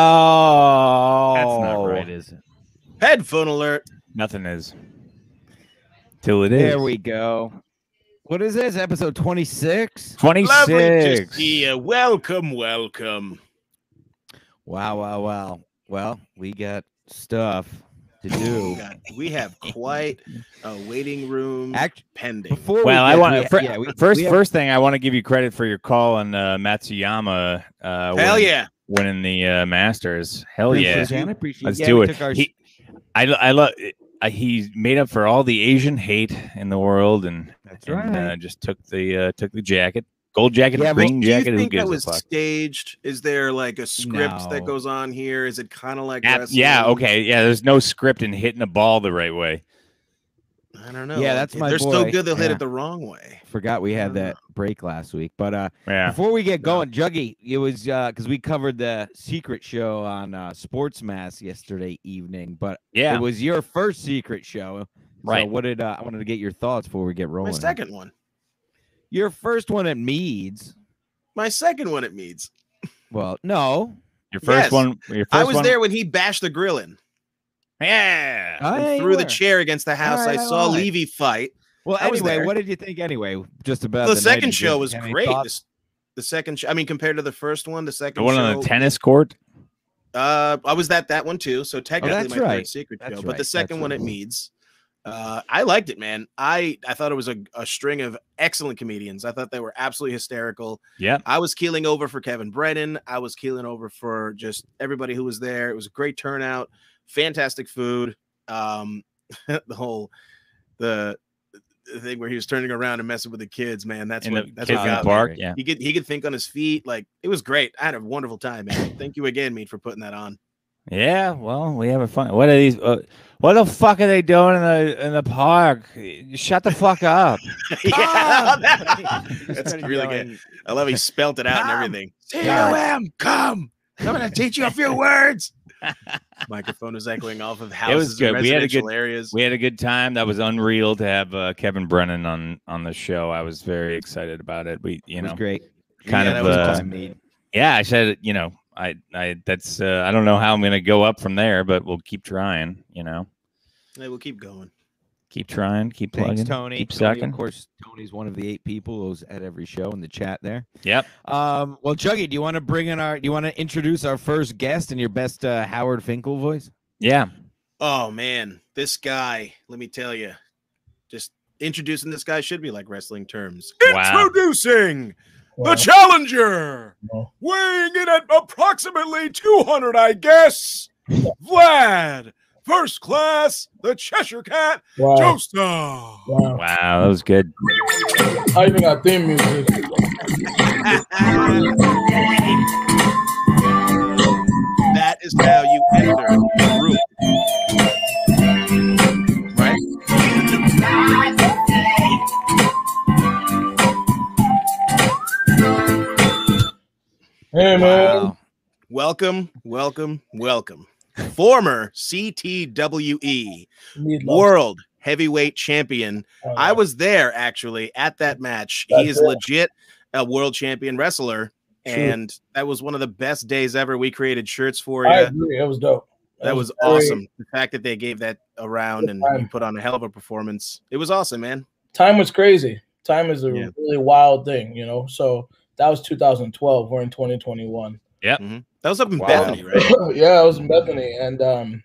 Wow. That's not right, is it? Headphone alert. Oh. Nothing is. Till it is. There we go. What is this? Episode 26? Lovely to 26. see you. Welcome, welcome. Wow, wow, wow. Well, we got stuff to We do. got- we have quite a waiting room Act- pending. Before Well, I get- want we- to fir- yeah, we- first. we have- first thing, I want to give you credit for your call on uh, Matsuyama. Uh, Hell win- yeah. winning the uh, Masters. Hell appreciate yeah, it, man. I appreciate let's yeah, do we it. took our- He, I, lo- I love. I, he made up for all the Asian hate in the world, and, That's and right. uh, just took the uh, took the jacket, gold jacket, Yeah, well, green Do you jacket. Who think gives that was a fuck? staged? Is there like a script that No. goes on here? Is it kind of like Ab- yeah, wrestling? okay, yeah. There's no script in hitting a ball the right way. I don't know. Yeah, that's my They're so boy. good they'll hit Yeah. it the wrong way. Forgot we had No, no. that break last week, but uh, Yeah, Before we get Yeah. going, Juggy, it was because we covered the secret show on uh, Sports Mass yesterday evening, but yeah. it was your first secret show. Right. So what did uh, I wanted to get your thoughts before we get My rolling? second one. Your first one at Meads. My second one at Meads. Well, no. Your first yes. one. Your first I was one, there when he bashed the grill in Yeah. Oh, yeah, and you threw the were. chair against the house. right, I all saw right. Levy fight. Well, I was anyway, there. what did you think anyway? Just about the night second in show Jersey. was Any great. thoughts? This- the second, sh- I mean, compared to the first one, the second The one show, on the tennis court. uh, I was at that one too. So technically, Oh, that's my right. third secret That's show, but right. the That's second one right. at Meads, uh, I liked it, man. I I thought it was a, a string of excellent comedians. I thought they were absolutely hysterical. Yeah. I was keeling over for Kevin Brennan. I was keeling over for just everybody who was there. It was a great turnout, fantastic food. Um, the whole the, the thing where he was turning around and messing with the kids, man. That's in what the that's kids what in the got me. park. great. Yeah. He could he could think on his feet. Like it was great. I had a wonderful time, man. Thank you again, Mead, for putting that on. Yeah. Well, we have a fun. What are these? Uh, what the fuck are they doing in the in the park? Shut the fuck up. yeah, Come! He just that's started really good. yelling, I love he spelt it out Come! and everything. Yeah. C-O-M, come. I'm gonna teach you a few words. Microphone is echoing off of houses and good. We had a residential areas. We had a good time. That was unreal to have uh, Kevin Brennan on on the show. I was very excited about it. We, you It was know, great. kind Yeah, of. that was uh, awesome. yeah, I said, you know, I, I, that's, uh, I don't know how I'm gonna go up from there, but we'll keep trying. You know, Hey, we'll keep going. keep trying, keep plugging, Thanks, Tony. keep Tony, sucking. Of course, Tony's one of the eight people who's at every show in the chat there. Yep. Um, well, Chuggy, do you want to bring in our? Do you want to introduce our first guest in your best uh, Howard Finkel voice? Yeah. Oh man, this guy. Let me tell you, just introducing this guy should be like wrestling terms. Wow. Introducing Wow. challenger, Wow. weighing in at approximately 200, I guess. Vlad, first class, the Cheshire Cat, Wow. Joestar. Oh. Wow. Wow, that was good. I even got theme music. that is how you enter the room. Right? Hey, man. Welcome, welcome, welcome. Former CTWE Need love. E World Heavyweight Champion. Oh, I was there actually at that match. He That's is it. legit a world champion wrestler. True. And that was one of the best days ever. We created shirts for I you. agree. That was dope. That was great. awesome. The fact that they gave that around and Good time. you put on a hell of a performance. It was awesome, man. Time was crazy. Time is a Yeah. really wild thing, you know. So that was 2012. We're in 2021. That was up in Wow. Bethany, right? yeah, I was in Bethany, and um,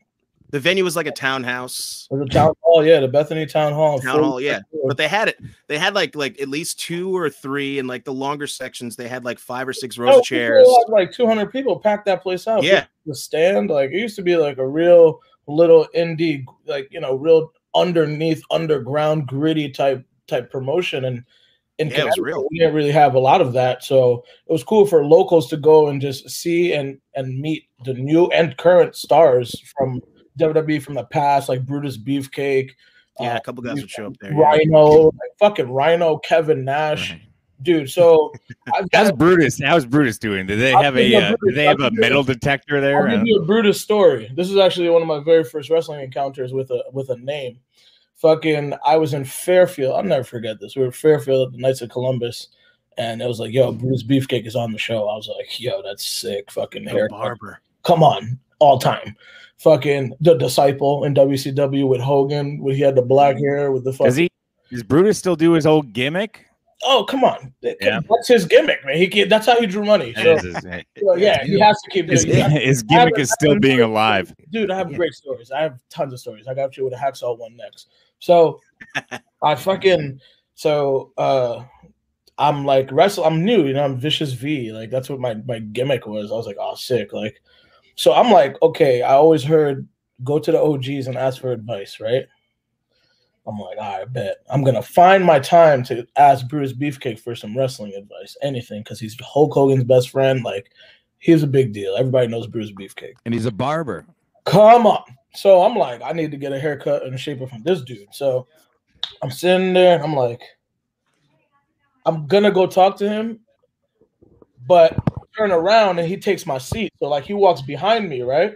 The venue was like a townhouse. it was a town hall. Yeah, the Bethany Town Hall. Town hall, yeah. But they had it. They had like like at least two or three and like the longer sections. They had like five or six rows Oh, of chairs. people had, like 200 people packed that place out. Yeah. the stand. Like it used to be like a real little indie, like you know, real underneath underground gritty type type promotion, and in Yeah, it was Connecticut, real. we didn't really have a lot of that. So it was cool for locals to go and just see and and meet the new and current stars from WWE from the past, like Brutus Beefcake. Yeah, uh, a couple guys would show up there. yeah. Rhino, like fucking Rhino, Kevin Nash, dude. So I've How's got Brutus? How's Brutus doing? Do they I'll have give a? you a Uh, do Brutus. they have I'll a give you a- metal detector there? I'll give you a Brutus story. This is actually one of my very first wrestling encounters with a with a name. Fucking, I was in Fairfield. I'll never forget this. We were in Fairfield at the Knights of Columbus, and it was like, "Yo, Bruce Beefcake is on the show." I was like, "Yo, that's sick, fucking No hair." barber. Come on, all time, fucking the disciple in WCW with Hogan when he had the black Mm-hmm. hair with the fucking. Does Uh, he? Does Brutus still do his old gimmick? Oh come on, Yeah. that's his gimmick, man. He can, that's how he drew money. So, That is his- so, yeah, he has to keep his, doing. that. his gimmick is still being alive. dude. I have great stories. I have tons of stories. I got you with a hacksaw one next. So I fucking so uh I'm like wrestle. I'm new, you know. I'm vicious V. Like that's what my my gimmick was. I was like, oh, sick. Like so, I'm like, okay. I always heard go to the OGs and ask for advice, right? I'm like, all right, bet. I'm gonna find my time to ask Bruce Beefcake for some wrestling advice, anything, because he's Hulk Hogan's best friend. Like, he's a big deal. Everybody knows Bruce Beefcake. and he's a barber. Come on. So I'm like, I need to get a haircut and shape it from this dude. So I'm sitting there and I'm like, I'm gonna go talk to him, but turn around and he takes my seat. So like he walks behind me, right?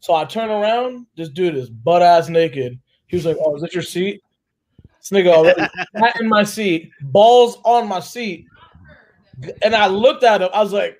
So I turn around, this dude is butt ass naked. He was like, Oh, is that your seat? This nigga already sat in my seat, balls on my seat. And I looked at him, I was like,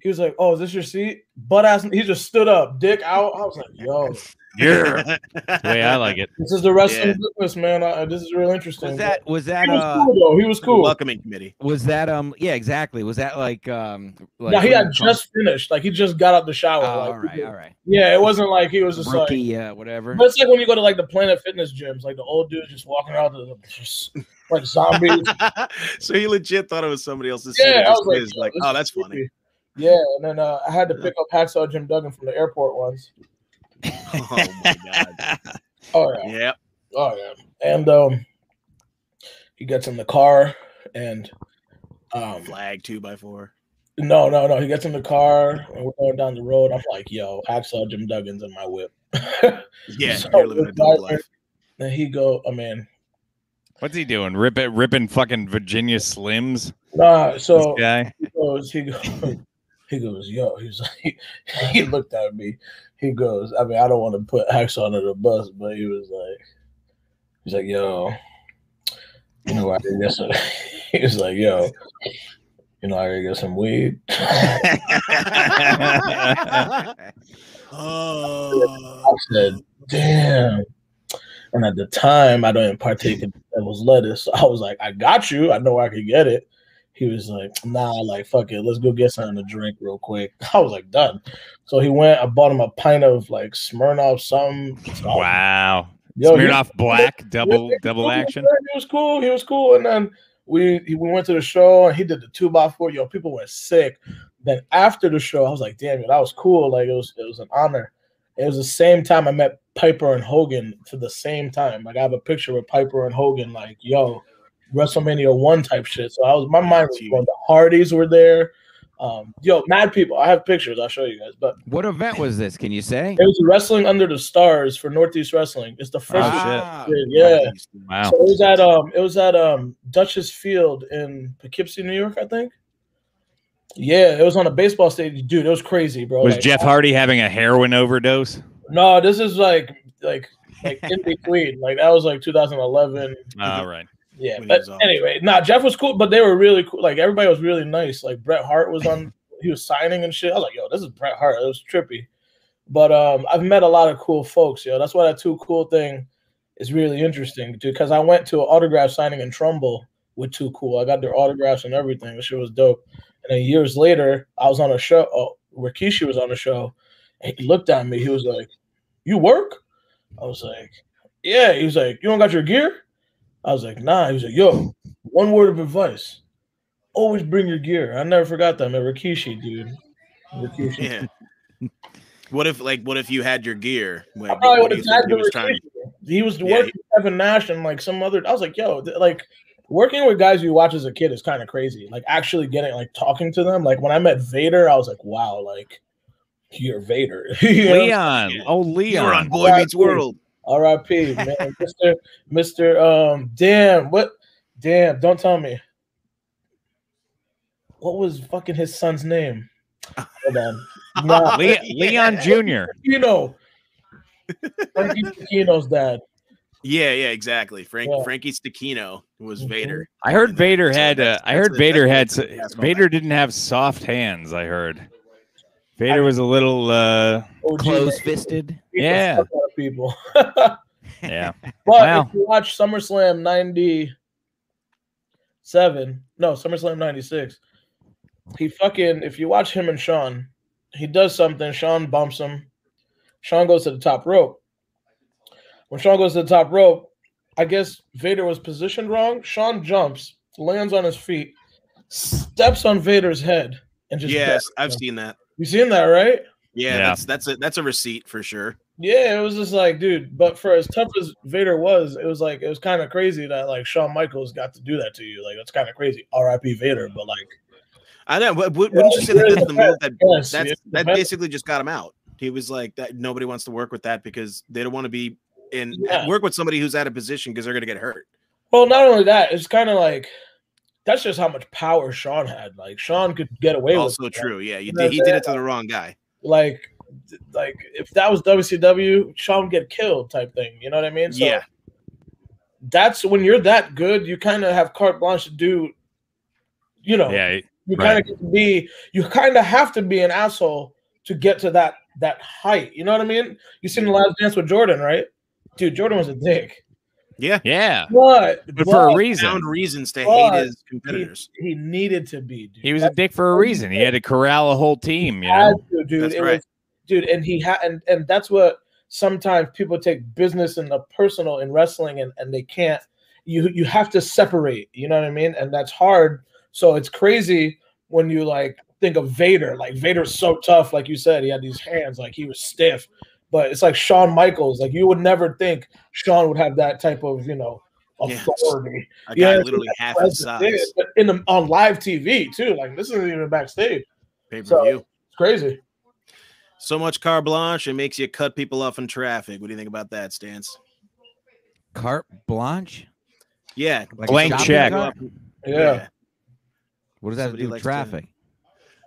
he was like, "Oh, is this your seat?" Butt ass. He just stood up, dick out. I was like, "Yo, Yeah, the way I like it. this is the wrestling Yeah. business, man. I, this is real interesting." Was that was that He was uh cool though. He was cool. Welcoming committee. was that um yeah exactly was that like um like Now he what do you had call it? just finished. Like he just got out the shower. oh, like, all right all right Yeah, it wasn't like he was just rookie like. yeah whatever But it's like when you go to like the Planet Fitness gyms, like the old dudes just walking around with the, just, like zombies. so he legit thought it was somebody else's. seat. yeah, It I just was like, is "Yo, like, this oh, is that's creepy." funny. Yeah, and then uh, I had to pick up Hacksaw Jim Duggan from the airport once. Oh my god. Oh yeah. Yeah. Oh yeah, and um, he gets in the car and um, Flag two by four. no, no, no. He gets in the car and we're going down the road. I'm like, yo, Hacksaw Jim Duggan's in my whip. Yeah, So you're living a double advisor- life. then he go, I mean, What's he doing? Rip it, ripping fucking Virginia Slims. nah. This So guy. he goes, he goes, he goes, yo. He's like, he looked at me. He goes, I mean, I don't want to put Hacksaw under the bus, but he was like, he's like, yo, you know, what I did yesterday. he was like, yo, you know, I gotta get some weed. I oh. said, damn. And at the time, I don't partake in devil's lettuce. So I was like, I got you. I know I could get it. He was like, nah, like, fuck it. Let's go get something to drink real quick. I was like, done. So he went, I bought him a pint of like Smirnoff something. Wow. Yo, he- Smirnoff Black, double he was double cool, action. man. He was cool. He was cool. And then we he, we went to the show and he did the two by four. Yo, people were sick. Then after the show, I was like, damn it, that was cool. Like it was it was an honor. It was the same time I met Piper and Hogan to the same time. Like I have a picture with Piper and Hogan. Like yo, WrestleMania one type shit. So I was my mind was going. The Hardys were there. Um, yo, mad people. I have pictures. I'll show you guys. But what event was this can you say it was Wrestling Under the Stars for Northeast Wrestling. It's the first. Ah, Oh, one. yeah. Wow. So it was at um it was at um Dutchess Field in Poughkeepsie, New York, I think. Yeah, it was on a baseball stadium, dude. It was crazy, bro. Was Like, uh, Jeff Hardy having a heroin overdose? No, this is like like like in between. Like that was like 2011. All right. Yeah, When he but was um, on. anyway, nah, Jeff was cool, but they were really cool. Like everybody was really nice. Like Bret Hart was on, he was signing and shit. I was like, yo, this is Bret Hart. It was trippy. But um, I've met a lot of cool folks, yo. That's why that too cool thing is really interesting, dude. Because I went to an autograph signing in Trumbull with Too Cool. I got their autographs and everything. The shit was dope. And then years later, I was on a show oh, where Kishi was on a show, and he looked at me. He was like, "You work?" I was like, "Yeah." He was like, "You don't got your gear?" I was like, nah. He was like, yo, one word of advice. Always bring your gear. I never forgot that, man. Rikishi, dude. Rikishi. Yeah. What if, like, what if you had your gear? Like, I probably what would do you think have tagged he the was trying Rikishi. to? He was Yeah, working with Kevin Nash and like some other. I was like, yo, th- like working with guys you watch as a kid is kind of crazy. Like actually getting like talking to them. Like when I met Vader, I was like, wow, like you're Vader. You know? Leon. Oh, You were on Leon. Boy Meets World. R.I.P. Man, Mister Mister. Um, damn, what? Damn, don't tell me. What was fucking his son's name? Hold on, nah, Le- Leon Jr. Pacino. Frankie Pacino's dad. Yeah, yeah, exactly. Frank Yeah. Frankie Stakino was Mhm. Vader. I heard And Vader so had. Uh, that's- I that's heard a- Vader had. that's a good s- callback. Vader didn't have soft hands. I heard. Vader was a little. uh OG Close fisted. beat the Yeah. fuck out of people. but Yeah. Wow. if you watch SummerSlam '97, no SummerSlam '96, he fucking if you watch him and Sean, he does something. Sean bumps him. Sean goes to the top rope. When Sean goes to the top rope, I guess Vader was positioned wrong. Sean jumps, lands on his feet, steps on Vader's head, and just Yes, buries I've him. seen that. You seen that, right? Yeah, Yeah. that's that's a that's a receipt for sure. Yeah, it was just like, dude. But for as tough as Vader was, it was like it was kind of crazy that like Shawn Michaels got to do that to you. Like that's kind of crazy. R.I.P. Vader. But like, I know. But wou- wouldn't you say that that's the move that yes, that's it that depends- basically just got him out. He was like that. Nobody wants to work with that because they don't want to be in Yeah. work with somebody who's out of position because they're gonna get hurt. well, not only that, it's kind of like that's just how much power Shawn had. Like Shawn could get away also with. it. true. Yeah, you You know did, he what I'm did it to the wrong guy. Like, th- like if that was WCW, Shawn would get killed type thing. You know what I mean? yeah, That's when you're that good, you kind of have carte blanche to do. You know. Yeah. You Right. kind of be you kind of have to be an asshole to get to that that height. You know what I mean? You seen the last dance with Jordan, right? Dude, Jordan was a dick. yeah. Yeah. But, But for a but reason. Found reasons to But hate his competitors. he needed to be, dude. He was a dick for a reason. He had to corral a whole team. You had know. to, dude. That's It right. was- dude, and he had and, and that's what sometimes people take business and the personal in wrestling and, and they can't you you have to separate, you know what I mean? And that's hard. So it's crazy when you like think of Vader. Like Vader's so tough, like you said, he had these hands, like he was stiff. But it's like Shawn Michaels. Like you would never think Shawn would have that type of, you know, Yeah. authority. A yeah, guy that's literally half But his size. in the on live TV too. Like this isn't even backstage. Pay per view. It's crazy. So much car blanche, it makes you cut people off in traffic. What do you think about that, Stance? Carte blanche. Yeah. Like a Blank shopping check. cart? yeah. What does that have Somebody to do with likes to- traffic?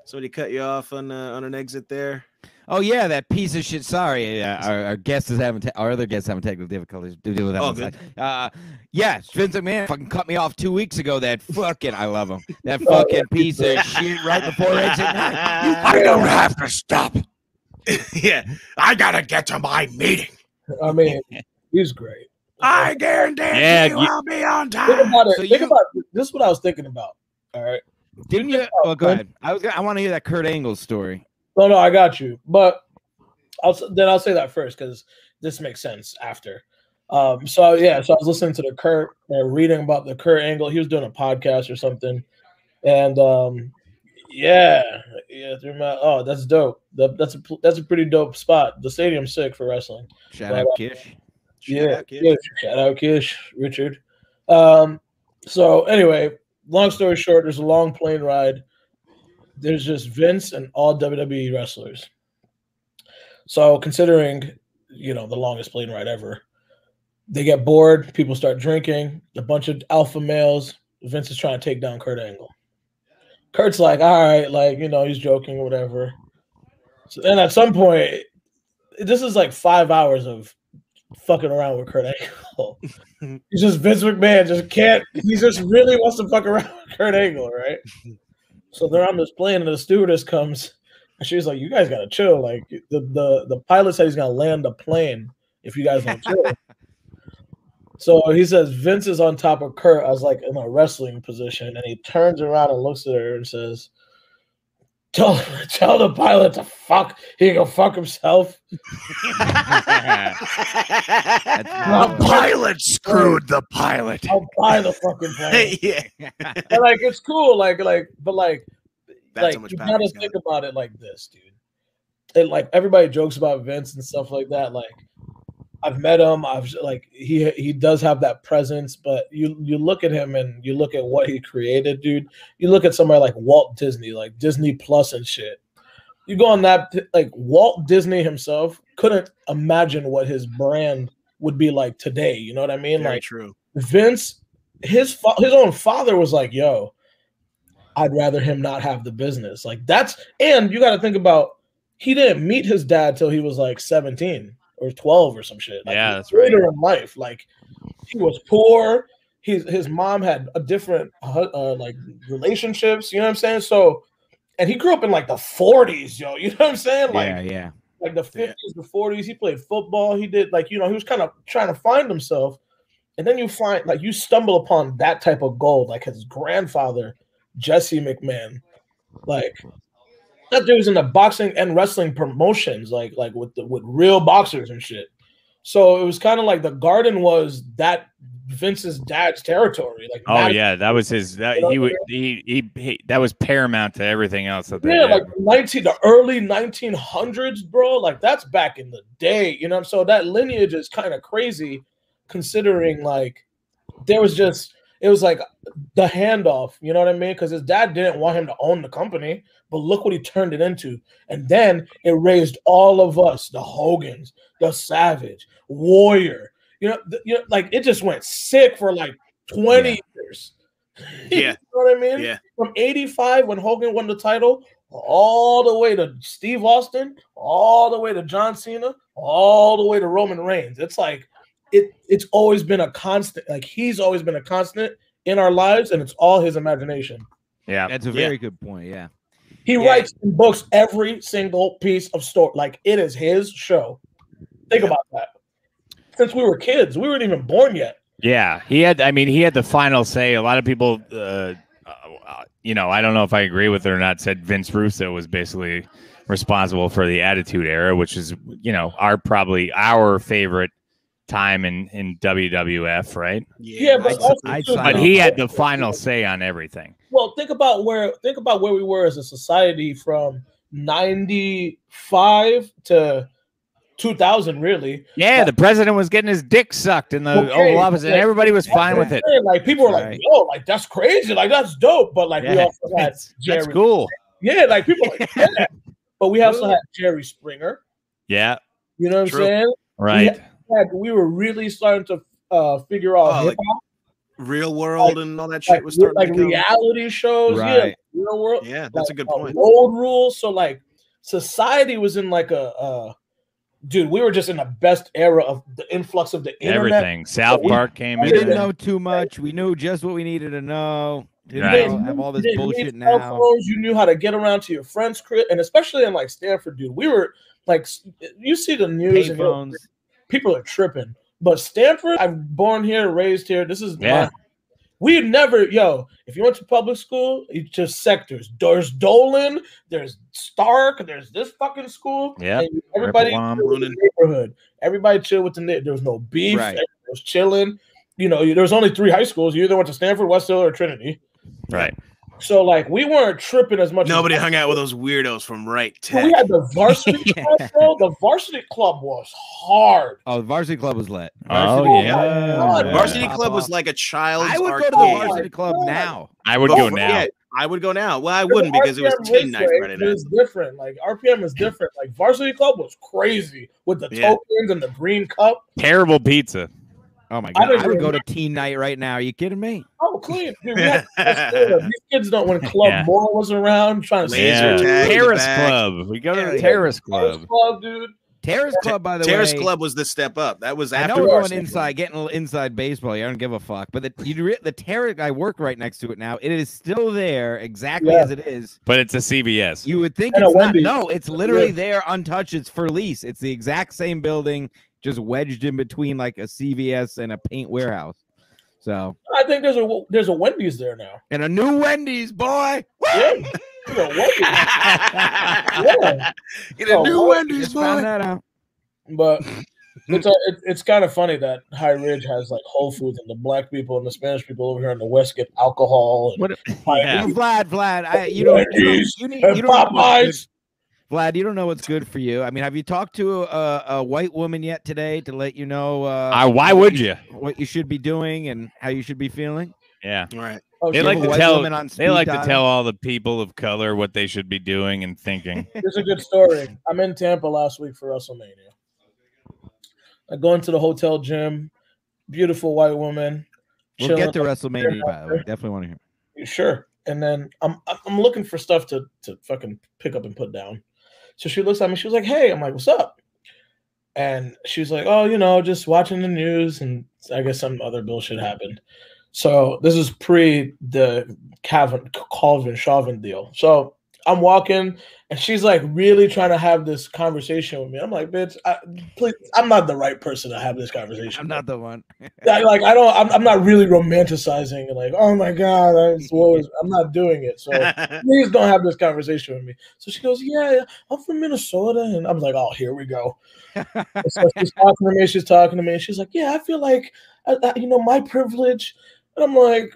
Somebody cut you off on uh, on an exit there. Oh yeah, that piece of shit. Sorry, uh, our, our guest is having te- our other guest having technical difficulties to deal with that. All one good. side. Uh, yeah, Vince McMahon fucking cut me off two weeks ago. That fucking I love him. That Oh, fucking piece of shit right before exit nine. You I don't have to stop. yeah. I gotta get to my meeting. I mean, he's great. guarantee Yeah, you you- I'll be on think about it. So think you- about this. Is what I was thinking about. All right. Didn't you? Oh, Oh, go good. ahead. I was. Gonna, I want to hear that Kurt Angle story. No, no, I got you. But I'll s- then I'll say that first because this makes sense after. Um, so yeah, so I was listening to the Kurt and reading about the Kurt Angle. He was doing a podcast or something, and um, yeah, yeah. through my- oh, that's dope. That, that's a pl- that's a pretty dope spot. The stadium's sick for wrestling. Shout Well, out Kish. yeah, Kish. Shout out Kish, Richard. Um, so anyway, long story short, there's a long plane ride. There's just Vince and all WWE wrestlers. So considering, you know, the longest plane ride ever, they get bored. People start drinking. A bunch of alpha males. Vince is trying to take down Kurt Angle. Kurt's like, all right, like you know, he's joking or whatever. So then at some point, this is like five hours of fucking around with Kurt Angle. He's just Vince McMahon just can't. He just really wants to fuck around with Kurt Angle, right? So they're on this plane, and the stewardess comes, and she's like, "You guys gotta chill." Like the the the pilot said, he's gonna land the plane if you guys don't chill. So he says Vince is on top of Kurt as like in a wrestling position, and he turns around and looks at her and says, "Tell tell the pilot to fuck. He can fuck himself." the pilot screwed the pilot. I'll buy the fucking plane. yeah. and like it's cool, like like, but like, That's how like much you power gotta he's got. think about it like this, dude. And like everybody jokes about Vince and stuff like that. Like I've met him. I've like he he does have that presence, but you you look at him and you look at what he created, dude. You look at somebody like Walt Disney, like Disney Plus and shit. You go on that like Walt Disney himself couldn't imagine what his brand would be like today. You know what I mean? Very like true. Vince, his fa- his own father was like, "Yo, I'd rather him not have the business." Like that's and you got to think about he didn't meet his dad till he was like seventeen. or 12 or some shit. Like, Yeah, that's later in life, like he was poor. His his mom had a different uh, uh, like relationships. You know what I'm saying? So, and he grew up in like the 40s, yo. You know what I'm saying? Like yeah, yeah. like the 50s, the 40s. He played football. He did like you know he was kind of trying to find himself, and then you find like you stumble upon that type of gold, like his grandfather Jesse McMahon, like that dude was in the boxing and wrestling promotions, like like with the, with real boxers and shit. So it was kind of like the garden was that Vince's dad's territory. Like Oh Madison yeah, that was his. That, he would. He, he he. That was paramount to everything else. That they Yeah, did. like nineteen, the early nineteen hundreds, bro. Like that's back in the day, you know. what I'm So that lineage is kind of crazy, considering like there was just it was like the handoff, you know what I mean? Because his dad didn't want him to own the company, but look what he turned it into, and then it raised all of us, the Hogans, the Savage, Warrior, you know, th- you know like it just went sick for like twenty years. Yeah. you know what I mean? Yeah. from 85 when Hogan won the title all the way to Steve Austin, all the way to John Cena, all the way to Roman Reigns. It's like it it's always been a constant like he's always been a constant in our lives and it's all his imagination. yeah. That's a Yeah. very good point. Yeah. He Yeah. writes and books every single piece of story like it is his show. Think Yeah. about that. Since we were kids, we weren't even born yet. Yeah, he had. I mean, he had the final say. A lot of people, uh, uh, you know, I don't know if I agree with it or not. Said Vince Russo was basically responsible for the Attitude Era, which is, you know, our probably our favorite time in in WWF, right? Yeah, but I- also I'd too, sign But he had the final say on everything. Well, think about where think about where we were as a society from '95 to 2000, really. Yeah, the president was getting his dick sucked in the Okay, Oval Office, and yeah. everybody was fine with it. Like people were like, Right. "Yo, like that's crazy, like that's dope," but like we Yeah, also had that's, Jerry. that's cool. yeah, like people, were like, yeah. but we also had Jerry Springer. Yeah, You know what True. I'm saying? right. Yeah, we were really starting to uh, figure Oh, like out hip hop, real world and all that like, shit was starting like to become, reality shows, yeah, Right. real world. yeah that's a like, good uh, point Road rules. So like society was in like a uh dude, we were just in the best era of the influx of the internet. Everything. South we- Park came We in. didn't Yeah. know too much. We knew just what we needed to know. Didn't Right. know- have all this You didn't need bullshit cell now. phones, you knew how to get around to your friends, Chris, and especially in like Stanford, dude. We were like s- you see the news and you're- Payphones. people are tripping. But Stanford, I'm born here, raised here. This is Yeah. my we never, yo, if you went to public school, it's just sectors. There's Dolan, there's Stark, there's this fucking school. Yeah. and Everybody Ripplebaum. chilled with the neighborhood. Everybody chill with the neighborhood. There was no beef. Right. Everybody was chilling. You know, there was only three high schools. You either went to Stanford, West Hill, or Trinity. Right. So like we weren't tripping as much. nobody as hung out with those weirdos from right But tech we had the varsity club, bro. The varsity club was hard. Oh, the varsity club was lit. Oh, Varsity yeah. Club. Yeah. varsity Pop club was off. like a child's I would go to arcade. the varsity club Yeah. now. I would But- go now. Oh, yeah, I would go now. Well, I wouldn't because it was RPM teen night Raceway Friday night. is different. Like RPM is different. Like varsity club was crazy with the Yeah. tokens and the green cup. Terrible pizza. Oh my I god, don't I, would even- go to teen night right now. Are you kidding me? Oh, clean. Dude, we had these kids don't when Club Yeah. More was around trying to Laser see yeah. tag in the Terrace back. Club. We go to Yeah, the yeah. Terrace Club. Club. dude. Terrace club, by the Terrace way. Club was the step up. That was I after know we're going varsity club. inside, getting a little inside baseball. here, I don't give a fuck. But the you re- the terrace, I work right next to it now. It is still there exactly Yeah. as it is. But it's a CVS. You would think And a it's not. Wendy's. No, it's literally there, untouched. It's for lease. It's the exact same building, just wedged in between like a CVS and a paint warehouse. So I think there's a there's a Wendy's there now. and a new Wendy's boy. Woo! Yeah. There's a Wendy's. Yeah. Get a Oh, new what? Wendy's Just found boy. that out. But it's a, it, it's kind of funny that High Ridge has like Whole Foods and the black people and the Spanish people over here in the West get alcohol and, What Yeah. Well, Vlad, Vlad, I, you don't, you Wendy's don't, you, need, and you don't know what's Popeyes. good- Vlad, you don't know what's good for you. I mean, have you talked to a, a white woman yet today to let you know uh, I, why would you? what you should be doing and how you should be feeling? Yeah. Right. Oh, They shit, You like have to a white tell- woman on They like speed to dial? tell all the people of color what they should be doing and thinking. It's a good story. I'm in Tampa last week for WrestleMania. I go into the hotel gym, beautiful white woman. We'll chilling. get to WrestMania, by the way. Definitely want to hear. sure. And then I'm I'm- I'm looking for stuff to to fucking pick up and put down. So she looks at me. She was like, "Hey," I'm like, "What's up?" and she was like, "Oh, you know, just watching the news, and I guess some other bullshit happened." So this is pre the Calvin Calvin Chauvin deal. So I'm walking, and she's like really trying to have this conversation with me. I'm like, "Bitch, I, please, I'm not the right person to have this conversation." I'm not the one. I, like I don't. I'm, I'm not really romanticizing and like, oh my god, I was, what was- I'm not doing it. So please don't have this conversation with me. So she goes, yeah, yeah, I'm from Minnesota, and I'm like, oh, here we go. And so she's talking to me. She's talking to me. And she's like, "Yeah, I feel like, I, I- you know, my privilege." And I'm like,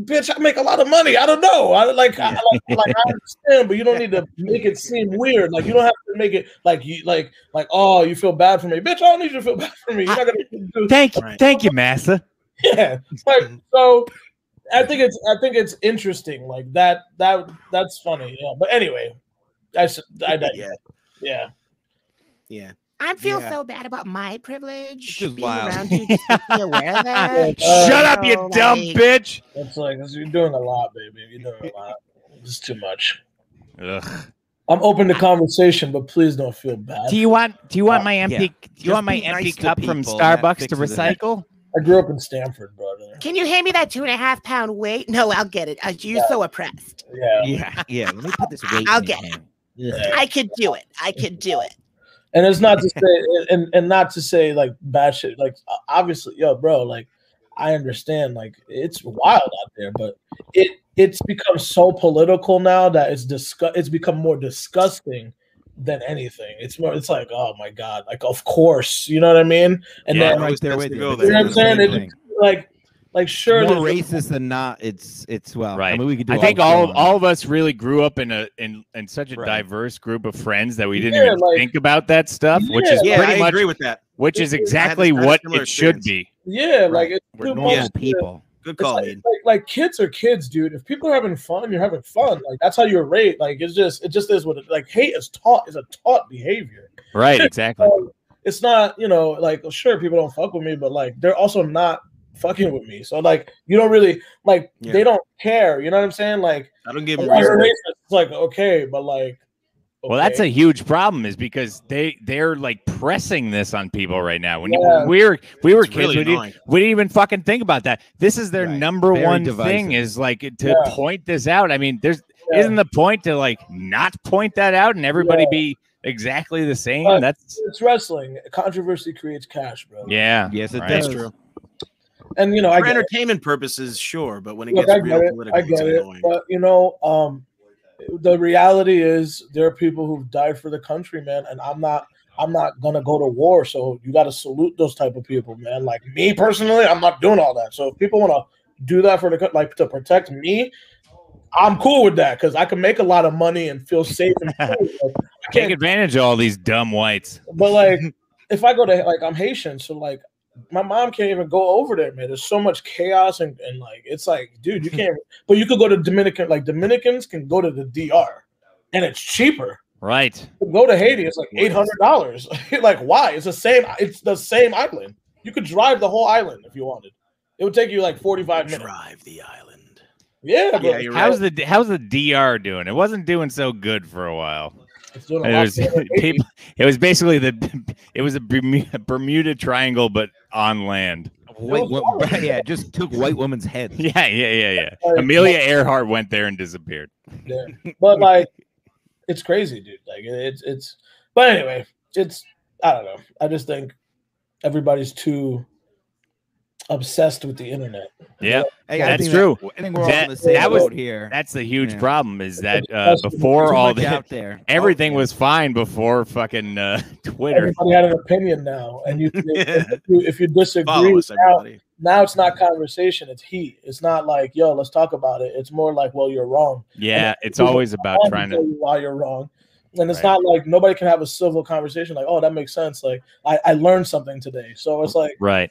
"Bitch, I make a lot of money. I don't know. I like, I, like, like, I understand, but you don't need to make it seem weird. Like, you don't have to make it like you like like oh, you feel bad for me, bitch. I don't need you to feel bad for me. You're not gonna do Thank you, Right. thank you, Massa. yeah like so i think it's i think it's interesting like that that that's funny yeah but anyway i s- i, I yeah, yeah yeah. I feel Yeah. so bad about my privilege. just being wild. around you, just to be aware of that. Uh, Shut up, you so, dumb like, bitch. it's like you're doing a lot baby you're doing a lot it's too much Ugh. i'm open to conversation but please don't feel bad Do you want do you want my empty yeah. do you Just want my be nice empty to cup from people, that Starbucks to fixes it. recycle? i grew up in stanford brother Can you hand me that two and a half pound weight? No, I'll get it. Uh, You're so oppressed. yeah Yeah, yeah. Let me put this weight. I'll in get it. yeah I could do it. I could do it. and it's not to say and and not to say like bad shit like o- obviously yo bro like i understand like it's wild out there but it it's become so political now that it's disgust it's become more disgusting than anything it's more it's like oh my god like of course you know what i mean and I'm Yeah, then right always there best with to you. go you know what i'm saying Same It- thing. it's like like sure More there's- racist than not. It's it's well. I Right. mean, we could do. I think show all on all of us really grew up in a in, in such a Right. diverse group of friends that we didn't Yeah, even like- think about that stuff, which is Yeah, pretty I much agree with that. which is I had- exactly I had a what similar it should experience. be. yeah like Right. it's We're too normal much- people. Good It's call, like, Ian. like like kids are kids, dude. If people are having fun, you're having fun. Like that's how you're raised. Like it's just it just is what it like. Hate is taught is a taught behavior. Right, exactly. So it's not you know like sure people don't fuck with me, but like they're also not fucking with me. So like you don't really like Yeah. they don't care. You know what I'm saying? Like I don't give if him you're reason. racist, it's like okay, but like Well, that's a okay. huge problem, is because they they're like pressing this on people right now. When you, Yeah. we were we were It's kids, really we, didn't, annoying. we didn't even fucking think about that. This is their Right. number Very one divisive. thing is like to Yeah. point this out. I mean, there's Yeah. isn't the point to like not point that out and everybody be exactly the same. Right. That's it's wrestling. Controversy creates cash, bro. yeah, Yes, it Right. does. That's true. And you know I For get it. entertainment purposes, sure, but when it Look, I gets get real it. political, I get it's it. annoying. But you know, um, the reality is there are people who've died for the country, man, and I'm not. I'm not gonna go to war, so you got to salute those type of people, man. Like me personally, I'm not doing all that. So if people want to do that for the co- like to protect me, I'm cool with that because I can make a lot of money and feel safe. And cool. I take can't advantage of all these dumb whites. but like, if I go to like, I'm Haitian, so like, my mom can't even go over there, man. There's so much chaos and, and like, it's like, dude, you can't. but you could go to Dominican. Like Dominicans can go to the DR, and it's cheaper. Right, To go to Haiti, it's like eight hundred dollars. like, why? It's the same. It's the same island. You could drive the whole island if you wanted. It would take you like 45 minutes. Drive the island. Yeah, bro. Yeah, you're right. how's the how's the DR doing? It wasn't doing so good for a while. It's doing a It lot was better in Haiti. people, It was basically the it was a Bermuda, Bermuda Triangle, but on land. White No wo- problem. yeah, just took white woman's head. Yeah, yeah, yeah, yeah. Like, Amelia Earhart went there and disappeared. Yeah. But like, it's crazy, dude. Like it- it's it's. But anyway, it's I don't know. I just think everybody's too obsessed with the internet. Yeah, Hey, I That's think true. That, I think we're all That- on the same that was- boat here. that's the huge Yeah. problem. Is that uh, Obsessed with before Too all much the out there. everything Oh, was fine before fucking uh, Twitter. Everybody had an opinion now, and you if you, if you disagree Follow us, now, everybody. now it's not conversation. It's heat. It's not like yo, let's talk about it. It's more like well, you're wrong. Yeah, it's always about I'll trying tell to. you why you're wrong. And it's Right. not like nobody can have a civil conversation. Like, oh, that makes sense. Like, I, I learned something today. So it's like, Right.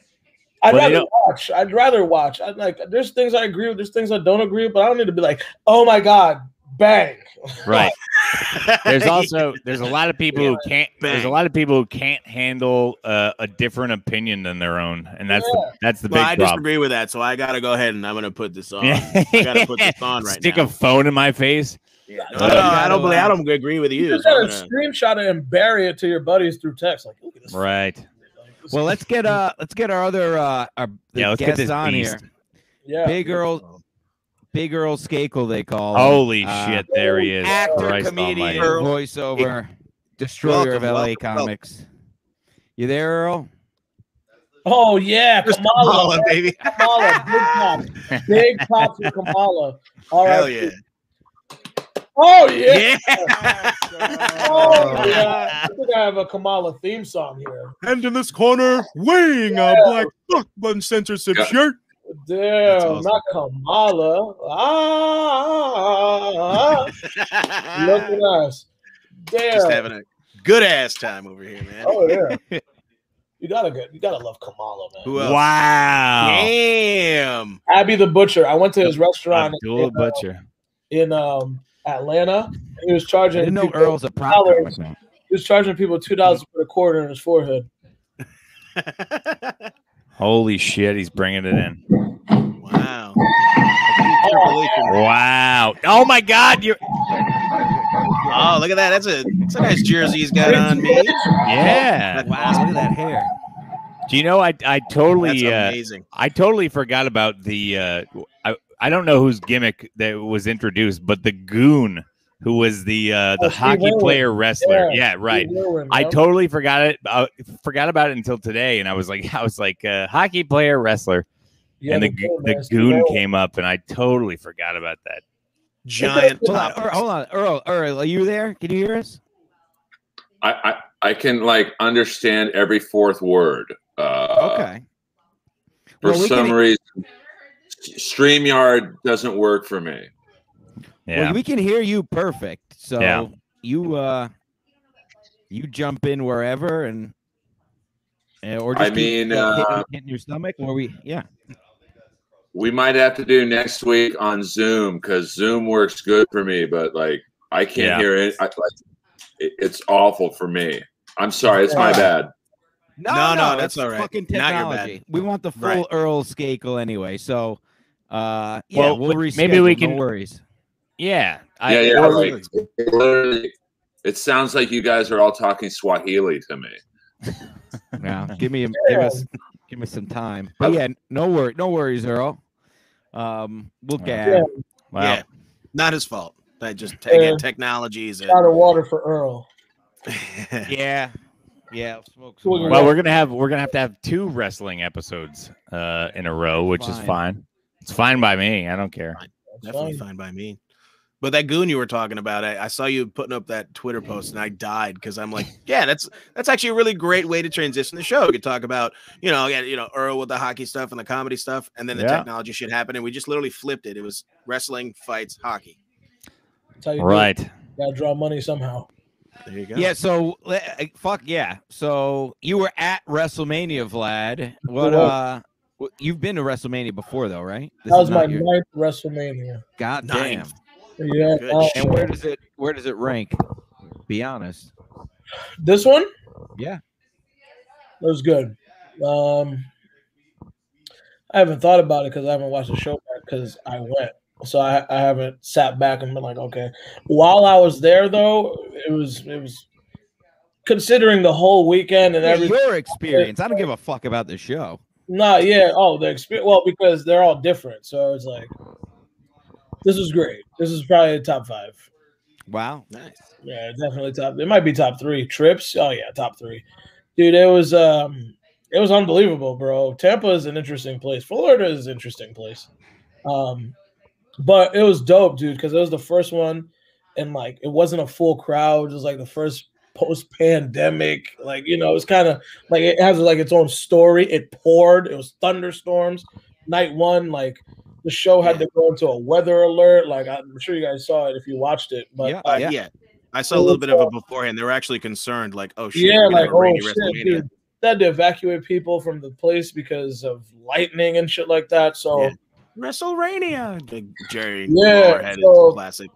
I'd Well, they rather don't- watch. I'd rather watch. I'd like there's things I agree with, there's things I don't agree with, but I don't need to be like, oh my god, bang. Right. There's also there's a lot of people who can't there's a Bang. lot of people who can't handle uh, a different opinion than their own, and that's the, that's the Well, I big problem. disagree with that, so I gotta go ahead and I'm gonna put this on. Yeah. Um, I gotta put this on right Stick now. a phone in my face. Oh, no, no, I don't believe I don't agree with You you. just so I'm gotta gonna- screenshot it and bury it to your buddies through text. Like, look at It's- Right. like, it's- Well, let's get uh, let's get our other uh, our the Yeah, let's get guest this on beast. here. yeah. Big Earl, Big Earl Skakel, they Oh, call. him. Holy Uh, shit! There he is. Actor, Christ comedian, almighty. Earl. voiceover, destroyer of Welcome, LA welcome, welcome. comics. You there, Earl? Oh yeah, Kamala, Kamala, baby. Kamala, big pop, big pop for Kamala. All right. Hell yeah. Oh yeah. Oh Oh. yeah. I think I have a Kamala theme song here. And in this corner, weighing a black fuck button censorship Yeah. shirt. That's Damn, awesome. not Kamala. Ah, look at us. Just Damn. having a good ass time over here, man. Oh yeah. You gotta get. You gotta love Kamala, man. Who else? Wow. Damn. Abby the Butcher. I went to his restaurant Abdul in, uh, Butcher. in um, Atlanta. He was I charging. didn't know people- Earl's a prop dollars. comic man. He was charging people two dollars for a quarter in his forehead. Holy shit! He's bringing it in. wow. Oh, Wow. Oh my God. You're. Oh, look at that. That's a, that's a nice jersey he's got on me. Oh, Yeah. Wow, look at that hair. Do you know? I I That's totally. Uh, amazing. I totally forgot about the. Uh, I I don't know whose gimmick that was introduced, but the goon who was the uh, the Oh, Steve hockey Irwin. player wrestler. Yeah. right. Steve Irwin, I bro. totally forgot it. I forgot about it until today, and I was like, I was like, uh, hockey player wrestler, Yeah, and the goon, go- man, the Steve goon Irwin. came up, and I totally forgot about that. Giant Hold on, uh, Earl, top. hold on, Earl. Earl, are you there? Can you hear us? I, I I can like understand every fourth word. Uh, Okay. For Well, we some can- e- reason, Streamyard doesn't work for me. Yeah, Well, we can hear you perfect. So Yeah. you uh, you jump in wherever and. and- Or just I keep, mean, uh, hitting, uh, hitting your stomach, or we, yeah. We might have to do next week on Zoom because Zoom works good for me, but like I can't Yeah. hear it. I, like, it. It's awful for me. I'm sorry. It's my Alright. bad. No, no, that's it's all right. Fucking Not your bad. technology. We want the full Right. Earl Skakel anyway. So, uh, yeah, Well, we'll but reschedule. maybe we No can- worries. yeah, I, yeah, yeah. or- Like, it literally, it sounds like you guys are all talking Swahili to me. Now, give me, a- give us, give me some time. But yeah, no worry, no worries, Earl. Um, we'll get. Yeah. at it. Wow. Yeah. Not his fault. That just again, technology is Out of water for Earl. a Yeah, yeah. Smoke Well, more. Well, we're gonna have we're gonna have to have two wrestling episodes uh, in a row, which is Fine. fine. It's fine by me. I don't care. That's Definitely fine. fine by me. But that goon you were talking about, I, I saw you putting up that Twitter post, and I died because I'm like, yeah, that's that's actually a really great way to transition the show. We could talk about, you know, yeah, you know, Earl with the hockey stuff and the comedy stuff, and then the Yeah. technology shit happened, and we just literally flipped it. It was wrestling, fights, hockey. That's how you do it. Right. Gotta draw money somehow. There you go. Yeah, so le- uh, fuck yeah. So you were at WrestleMania, Vlad. What was. uh w- you've been to WrestleMania before though, right? This that is was my not your- ninth WrestleMania. God damn. Ninth. Yeah. Good uh, And where does it where does it rank? Be honest. this one? Yeah. That was good. Um, I haven't thought about it because I haven't watched the show back because I went. So I, I haven't sat back and been like, okay. While I was there, though, it was it was considering the whole weekend and everything. Your experience. I don't give a fuck about the show. No, yeah. Oh, the experience. Well, because they're all different, so it's like this is great. This is probably the top five. Wow. Nice. Yeah, definitely top. It might be top three trips. Oh yeah, top three, dude. It was um, it was unbelievable, bro. Tampa is an interesting place. Florida is an interesting place. Um, but it was dope, dude, because it was the first one, and like it wasn't a full crowd. It was like the first post-pandemic. Like you know, it's kind of like it has like its own story. It poured. It was thunderstorms. Night one, like the show had to go into a weather alert. Like I'm sure you guys saw it if you watched it, but Yeah. Uh, yeah. yeah. I saw a little bit of it beforehand. They were actually concerned, like, oh shit, Oh, yeah, we're gonna like have a oh rainy shit, WrestleMania. dude. They had to evacuate people from the place because of lightning and shit like that. So Yeah. yeah, WrestleMania. The Jerry Yeah, Lawler had his so- classic.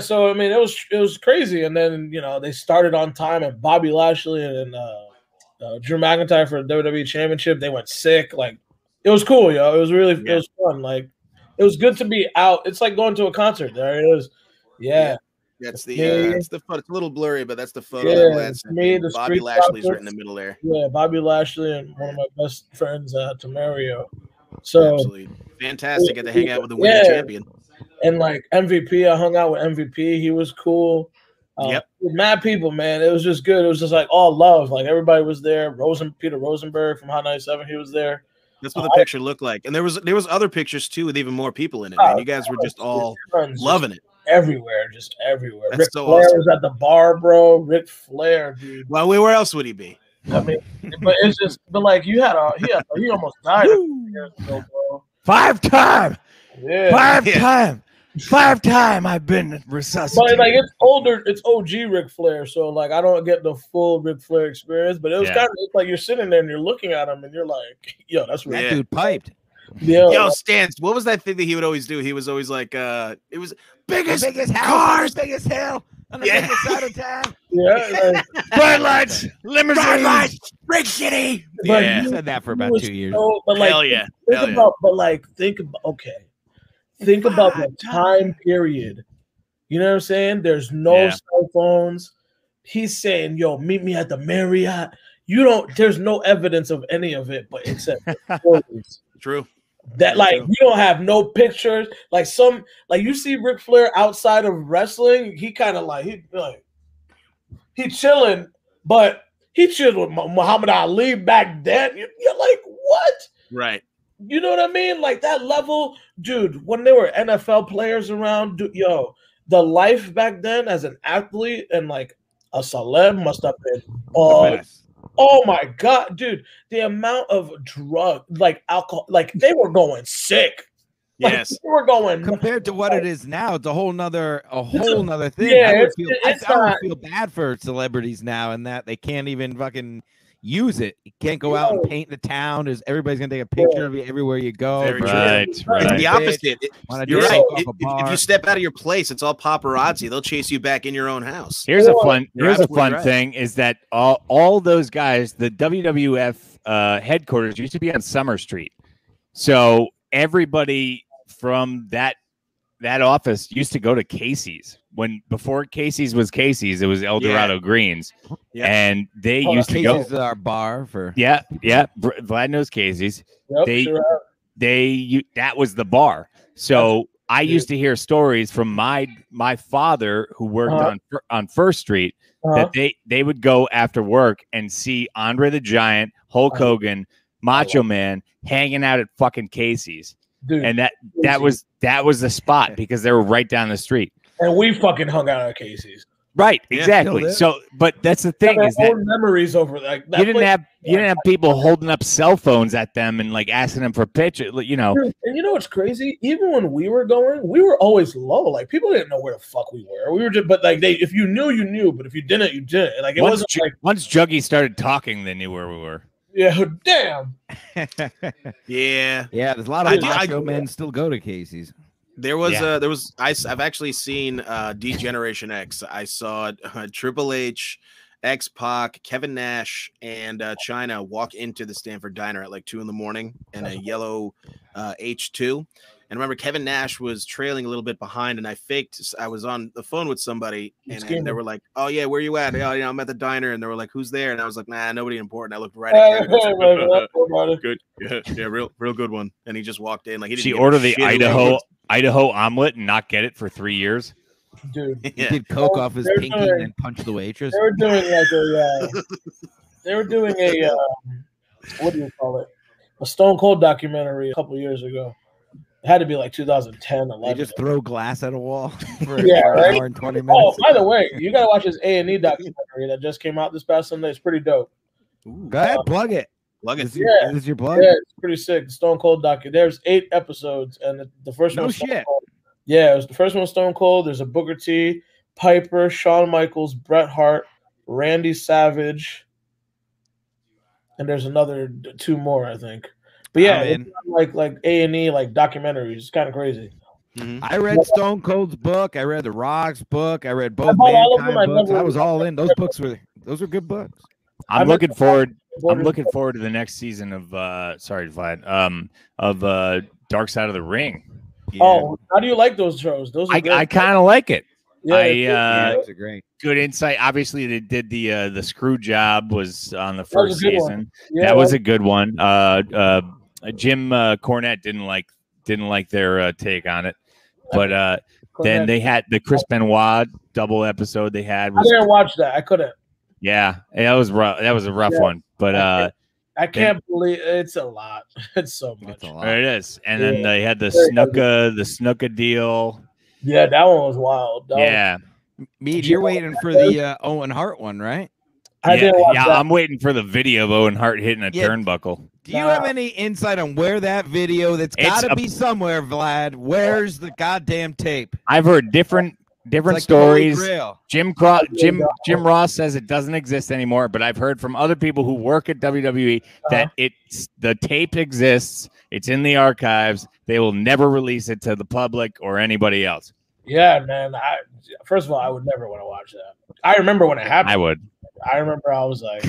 so I mean it was it was crazy. And then you know they started on time and Bobby Lashley and uh, uh, Drew McIntyre for the WWE Championship. They went sick. Like it was cool, yo. It was really Yeah. it was fun. Like it was good to be out. It's like going to a concert. There it is. Yeah. That's the Yeah. uh, that's the photo. It's a little blurry, but that's the photo. Yeah, that Lance- it's me, the Bobby street Lashley's right in profits. the middle there. Yeah, Bobby Lashley and one of my best friends, uh, Tamario. So Absolutely fantastic. Get to hang out with the Yeah. winning champion. and like MVP, I hung out with MVP. He was cool. Uh, Yep. with Mad people, man. It was just good. It was just like all love. Like everybody was there. Rosen, Peter Rosenberg from Hot 97, he was there. That's what the picture looked like. And there was there was other pictures too with even more people in it. Man. You guys were just all Friends just loving it. everywhere, just everywhere. That's Rick so Flair awesome. was at the bar, bro. Rick Flair, dude. Well, where else would he be? I mean, but it's just, but like you had a he, had, he almost died a few years ago, bro. Five time, Yeah. five Yeah. time, five time. I've been But resuscitated. like it's older, it's OG Ric Flair, so like I don't get the full Ric Flair experience. But it was Yeah. kind of it's like you're sitting there and you're looking at him and you're like, "Yo, that's That Ric." dude piped. Yeah, Yo, Stance, what was that thing that he would always do? He was always like, uh, it was biggest, The biggest house, cars, the biggest hill, on the Yeah. biggest out of town. yeah. Like, Bright lights, limousines. bright lights, big city. But Yeah. you- Said that for you about was two years. so- but like, Hell yeah. think Hell yeah. about, but like, think about. Okay, think about the time period. You know what I'm saying? There's no Yeah. cell phones. He's saying, "Yo, meet me at the Marriott." You don't. There's no evidence of any of it, but except the photos. True. That like True. you don't have no pictures. Like some like you see Ric Flair outside of wrestling, he kind of like he like he chilling, but he chilled with Mu- Muhammad Ali back then. You- You're like what? Right. You know what I mean? Like that level, dude. When there were NFL players around, dude, yo, the life back then as an athlete and like a celeb must have been all Oh my god, dude! The amount of drug, like alcohol, like they were going sick. Like, Yes. they were going. Compared to what it is now, it's a whole nother a whole nother thing. yeah, I would it's- feel, it's I, I would not- feel bad for celebrities now and that they can't even fucking use it. You can't go out and No. paint the town. Is everybody's gonna take a picture of you everywhere you go? Very true. Right, It's It's the right. opposite. It- Wanna you're do right. something If, off a if- if you bar. step out of your place, it's all paparazzi. They'll chase you back in your own house. Here's a Or- fun. You're Here's a absolutely fun right. thing: is that all, all those guys, the WWF uh, headquarters used to be on Summer Street, so everybody from that that office used to go to Casey's when before Casey's was Casey's, it was El Yeah. Dorado Greens, Yeah. and they Oh, used to go. Casey's is our bar for Yeah, yeah. Br- Vlad knows Casey's. Yep, They- sure. they you, that was the bar. So I Yeah. used to hear stories from my my father who worked Uh-huh. on Fir- on First Street Uh-huh. that they they would go after work and see Andre the Giant, Hulk Uh-huh. Hogan, Macho Man hanging out at fucking Casey's, dude, and, and that that was that was the spot because they were right down the street. we fucking hung out at Casey's. Right, Yeah. exactly. Still there. So, but that's the They thing have is that own memories over like that you didn't place- have you didn't have people holding up cell phones at them and like asking them for pictures. You know, Dude, And you know what's crazy? Even when we were going, we were always low. Like people didn't know where the fuck we were. We were just, but like they, if you knew, you knew. But if you didn't, you didn't. Like it once wasn't Ju- like, once Juggy started talking, they knew where we were. yeah, damn. Yeah. yeah. There's a lot of I do- I macho do- men still go to Casey's. There was Yeah. uh there was I have actually seen uh D Generation X. I saw uh, Triple H, X Pac, Kevin Nash, and uh China walk into the Stanford diner at like two in the morning in a Uh-huh. yellow uh H2. And remember Kevin Nash was trailing a little bit behind and I faked I was on the phone with somebody He's and, and they gaming. were like, Oh yeah, where you at? Oh, you know, I'm at the diner and they were like, Who's there? And I was like, Nah, nobody important. I looked right at Kevin. I was Everybody. like, Good, yeah, yeah, real, real good one. And he just walked in like he didn't She give a ordered the shit who he Idaho was. Idaho omelet and not get it for three years. Dude, He Yeah. did coke off his they're pinky and doing- then punched the waitress. They were doing like a. Uh, they were doing a. Uh, what do you call it? A Stone Cold documentary a couple years ago. It had to be like 2010, They 11. just throw glass at a wall for Yeah, for an right? hour and twenty oh, minutes. by the way, you gotta watch this A and E documentary that just came out this past Sunday. It's pretty dope. Ooh, Go ahead, plug it. plug it. Is this your, uh, Yeah. is this your plug? Yeah, it's pretty sick. Stone Cold docu. There's eight episodes, and the, the first No one. was Stone shit. Cold. Yeah, it was the first one. Stone Cold. There's a Booker T, Piper, Shawn Michaels, Bret Hart, Randy Savage, and there's another d- two more, I think. But yeah, I'm it's in. like like A and E like documentaries. It's kind of crazy. I read Stone Cold's book. I read The Rock's book. I read both bought all of Mankind them. I books. never- I was all in. Those books were those were good books. I'm, I'm looking looking- forward. I'm looking forward to the next season of uh sorry Vlad um of uh Dark Side of the Ring. Oh, how do you like those shows? Those are I, great. I kind of like it. Yeah, I, it's- uh, It's a great. Good insight. Obviously, they did the uh, the screw job was on the That was first a good one. season. yeah, that was a good one. Uh, uh, Jim uh, Cornette didn't like didn't like their uh, take on it, but uh, then they had the Chris Benoit double episode. They had I was, didn't watch that. I couldn't. yeah, that was rough. That was a rough Yeah. one, but uh, I can't believe it's a lot. It's so much. It's a lot. there it is. And then Yeah. they had the Very snooka the snooka deal. Yeah, that one was wild. That was- Yeah, Mead, you're waiting for the uh, Owen Hart one, right? I yeah, didn't watch yeah. um, that. I'm waiting for the video of Owen Hart hitting a Yeah. turnbuckle. Do you have any insight on where that video that's It's got to up- be somewhere, Vlad? Where's the goddamn tape? It's I've heard different different like the Holy stories. Grail. Jim Cro- really Jim don't. Jim Ross says it doesn't exist anymore, but I've heard from other people who work at WWE Uh-huh. that it's the tape exists. It's in the archives. They will never release it to the public or anybody else. Yeah, man. I first of all, I would never want to watch that. I remember when it I happened. would I, remember I was like,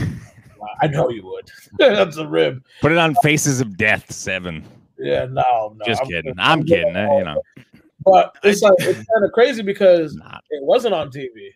"Wow, I know you would. That's a rib. put it on Faces of Death Seven. Yeah, no, no. Just kidding. I'm kidding. eh, you know, But it's like it's kind of crazy because not it wasn't on TV.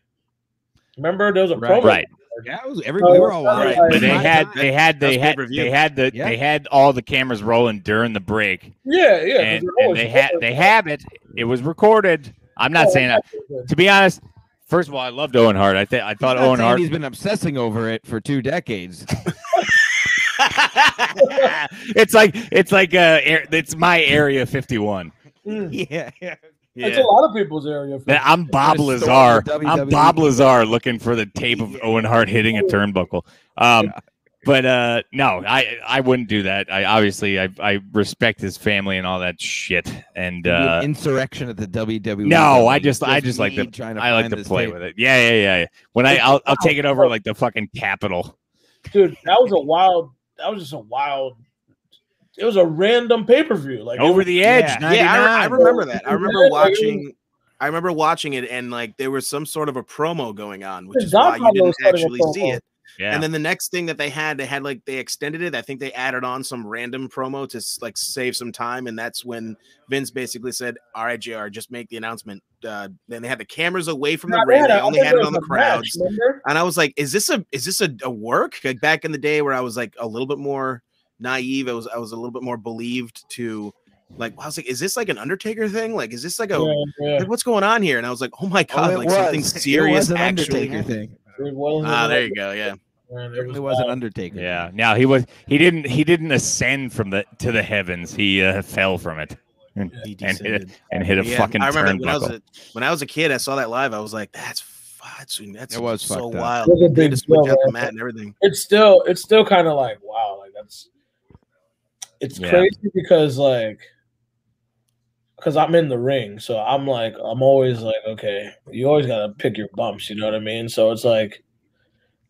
Remember, there was a Right. promo. right. Yeah, it was Oh, every, we were all Right, watching. but But they My had time. they had they That's had pay-per-view. they had the Yeah. they had all the cameras rolling during the break, Yeah, yeah. 'cause and, they're and always- Oh, they had they have it. It was recorded. I'm not saying that. To be honest, first of all, I loved Owen Hart. I think I thought He's not Owen saying Hart. He's been obsessing over it for two decades. it's like it's like uh, air- it's my area 51. Mm. yeah, yeah. It's a lot of people's area. That- I'm Bob What a Lazar. story I'm for E WWE. Bob Lazar looking for the tape of Owen Hart hitting Oh. a turnbuckle. Um, but uh, no, I I wouldn't do that. I obviously I, I respect his family and all that shit. And Be an uh, insurrection at the WWE. No, I It's just- I just like me to- trying I like find to this play tape. with it. Yeah, yeah, yeah. yeah. When I I'll, I'll take it over like the fucking capital. dude that was a wild that was just a wild it was a random pay-per-view like Over the edge. Yeah. yeah, I, re- I 99. remember that. I remember Yeah, like, it was- watching. I remember watching it, and like there was some sort of a promo going on, which The is why you Godfather was didn't cutting a actually see promo. it. Yeah. And then the next thing that they had, they had like they extended it. I think they added on some random promo to s- like save some time, and that's when Vince basically said, "All right, Jr., just make the announcement." Uh, then they had the cameras away from the Nah, ring. man, They I only think had it was on the a match, crowds. remember? and I was like, "Is this a is this a, a work?" Like back in the day, where I was like a little bit more naive, I was I was a little bit more believed to, like I was like, "Is this like an Undertaker thing? Like, is this like a yeah, yeah. like what's going on here?" And I was like, "Oh my god, Oh, it like something was. It serious was an actually." Undertaker thing. It wasn't- Ah, there you go. Yeah, man, It it was, really was an wild. Undertaker. Yeah. Now he was he didn't he didn't ascend from the to the heavens. He uh, fell from it and, He and hit descended. a, and hit a Yeah, fucking I remember uh, when I was turnbuckle. a, when I was a kid, I saw that live. I was like, "That's fucking that's It was so fucked up. wild." It was a They big had to switch deal, out the man. mat and everything. it's still it's still kind of like wow like that's it's Yeah. crazy because like because i'm in the ring so i'm like i'm always like okay you always gotta pick your bumps you know what i mean so it's like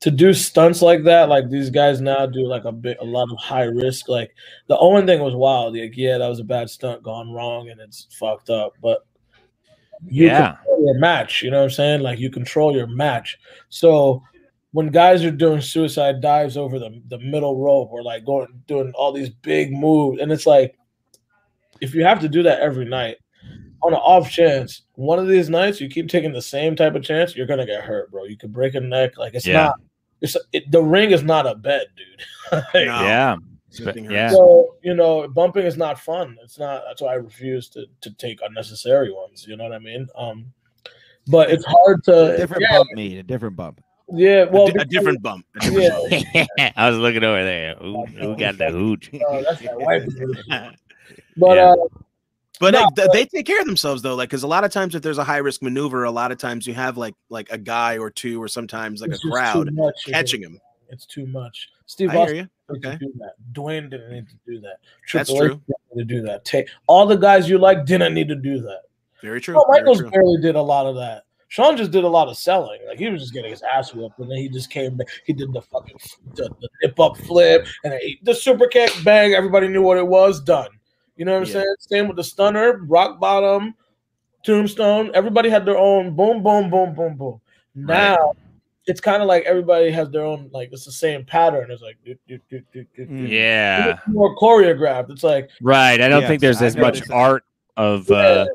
to do stunts like that like these guys now do like a bit a lot of high risk like the owen thing was wild like yeah that was a bad stunt gone wrong and it's fucked up but you Yeah. control your match you know what i'm saying like you control your match so when guys are doing suicide dives over the, the middle rope or like going doing all these big moves and it's like if you have to do that every night on an off chance one of these nights you keep taking the same type of chance you're gonna get hurt bro you could break a neck like it's Yeah. not it's it, the ring is not a bed dude Like, No. Yeah. Something hurts. yeah. so you know bumping is not fun it's not that's why i refuse to to take unnecessary ones you know what i mean um but it's hard to Different yeah, bump, Mead. A different bump. yeah A well di- a, because- different bump. A different yeah I was looking over there. Who, who got the hooch? No, uh, that's that white dude. bump. But Yeah. uh, But No, like, th- they take care of themselves though, like because a lot of times if there's a high risk maneuver, a lot of times you have like like a guy or two or sometimes like it's a just crowd too much. catching him. It's too much. Steve I hear Austin you. didn't okay. do that. Dwayne didn't need to do that. That's Triple H true. didn't need to do that. Ta- all the guys you like didn't need to do that. Very true. Shawn very Michaels true. barely did a lot of that. Sean just did a lot of selling. Like he was just getting his ass whooped, and then he just came. back. He did the fucking the, the hip up flip and then he- the super kick. Bang! Everybody knew what it was. Done. You know what I'm Yeah. saying? Same with the stunner, rock bottom, tombstone. Everybody had their own boom, boom, boom, boom, boom. Now it's kind of like everybody has their own. Like it's the same pattern. It's like do, do, do, do, do, do. Mm. Yeah. It's more choreographed. It's like Right. I don't Yeah, think there's I as know much this- art of uh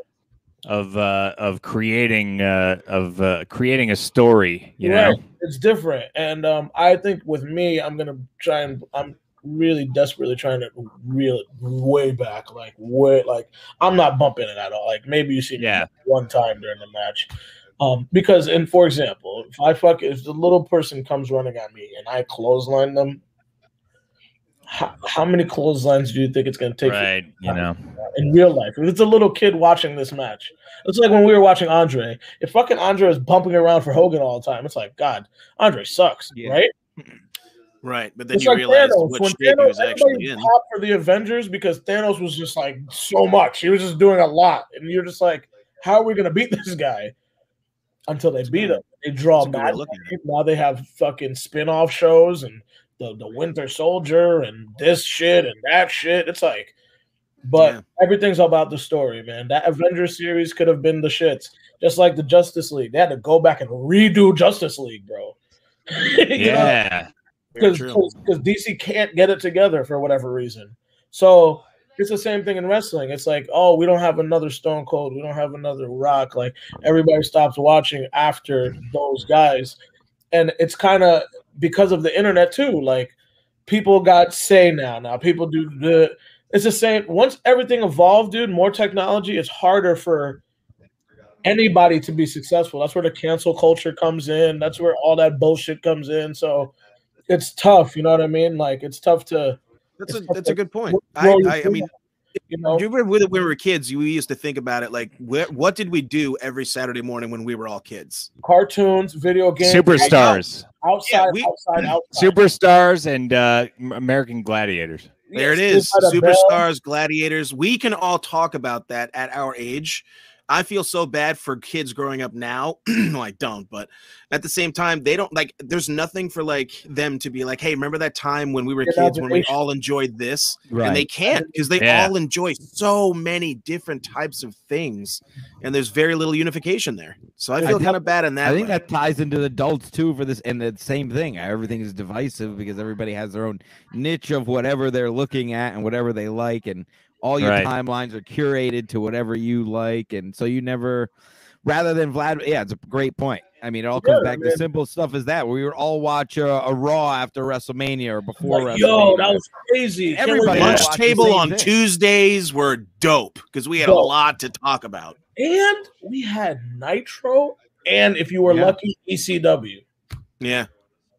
of uh, of creating uh, of uh, creating a story. You Right. know, It's different. And um, I think with me, I'm gonna try and I'm really desperately trying to reel it way back, like way like I'm not bumping it at all. Like maybe you see me yeah, one time during the match. Um, because and for example, if I fuck if the little person comes running at me and I clothesline them, how, how many clotheslines do you think it's gonna take for right. You know, in real life. If it's a little kid watching this match, it's like when we were watching Andre. If fucking Andre is bumping around for Hogan all the time, it's like, God, Andre sucks, Yeah. right? Right, but then it's you like realize Thanos. what when shape he was Thanos actually everybody in. popped for the Avengers because Thanos was just like so much. He was just doing a lot, and you're just like, how are we gonna beat this guy? Until they beat him, they That's draw a good way mad. to look at Now they have fucking spin-off shows and the the Winter Soldier and this shit and that shit. It's like, but Yeah. everything's about the story, man. That Avengers series could have been the shits, just like the Justice League. They had to go back and redo Justice League, bro. yeah, Very because true. DC can't get it together for whatever reason. So it's the same thing in wrestling. It's like, oh, we don't have another Stone Cold, we don't have another Rock. Like everybody stops watching after those guys, and it's kind of because of the internet too. Like people got say now. Now people do the. It's the same. Once everything evolved, dude, more technology, it's harder for anybody to be successful. That's where the cancel culture comes in. That's where all that bullshit comes in. So it's tough. You know what I mean? Like it's tough to, That's a It's- that's a good point. What- I, what you I, I think mean, you do know. you remember when when we were kids? We used to think about it like, where, what did we do every Saturday morning when we were all kids? cartoons, video games, superstars, outside, Yeah, we- outside, outside. superstars, and uh, M- American gladiators. There it Yes, is. Sleep by the Bell. Superstars, gladiators. We can all talk about that at our age. I feel so bad for kids growing up now. no, I don't, but at the same time, they don't like there's nothing for like them to be like, hey, remember that time when we were Good kids when we observation. all enjoyed this? Right. And they can't because they Yeah. all enjoy so many different types of things. And there's very little unification there. So I I feel think- kind of bad in that. I think way. that ties into the adults too for this, and the same thing. Everything is divisive because everybody has their own niche of whatever they're looking at and whatever they like, and all your Right. timelines are curated to whatever you like, and so you never. Rather than Vlad, yeah, it's a great point. I mean, it all comes Yeah, back man. to simple stuff as that. We would all watch a, a Raw after WrestleMania or before Like, WrestleMania. yo, that was crazy. Can't Everybody wait watch lunch to- watched the table same on thing. Tuesdays were dope because we had a Dope. lot to talk about. and we had Nitro, and if you were Yeah. lucky, E ECW. Yeah,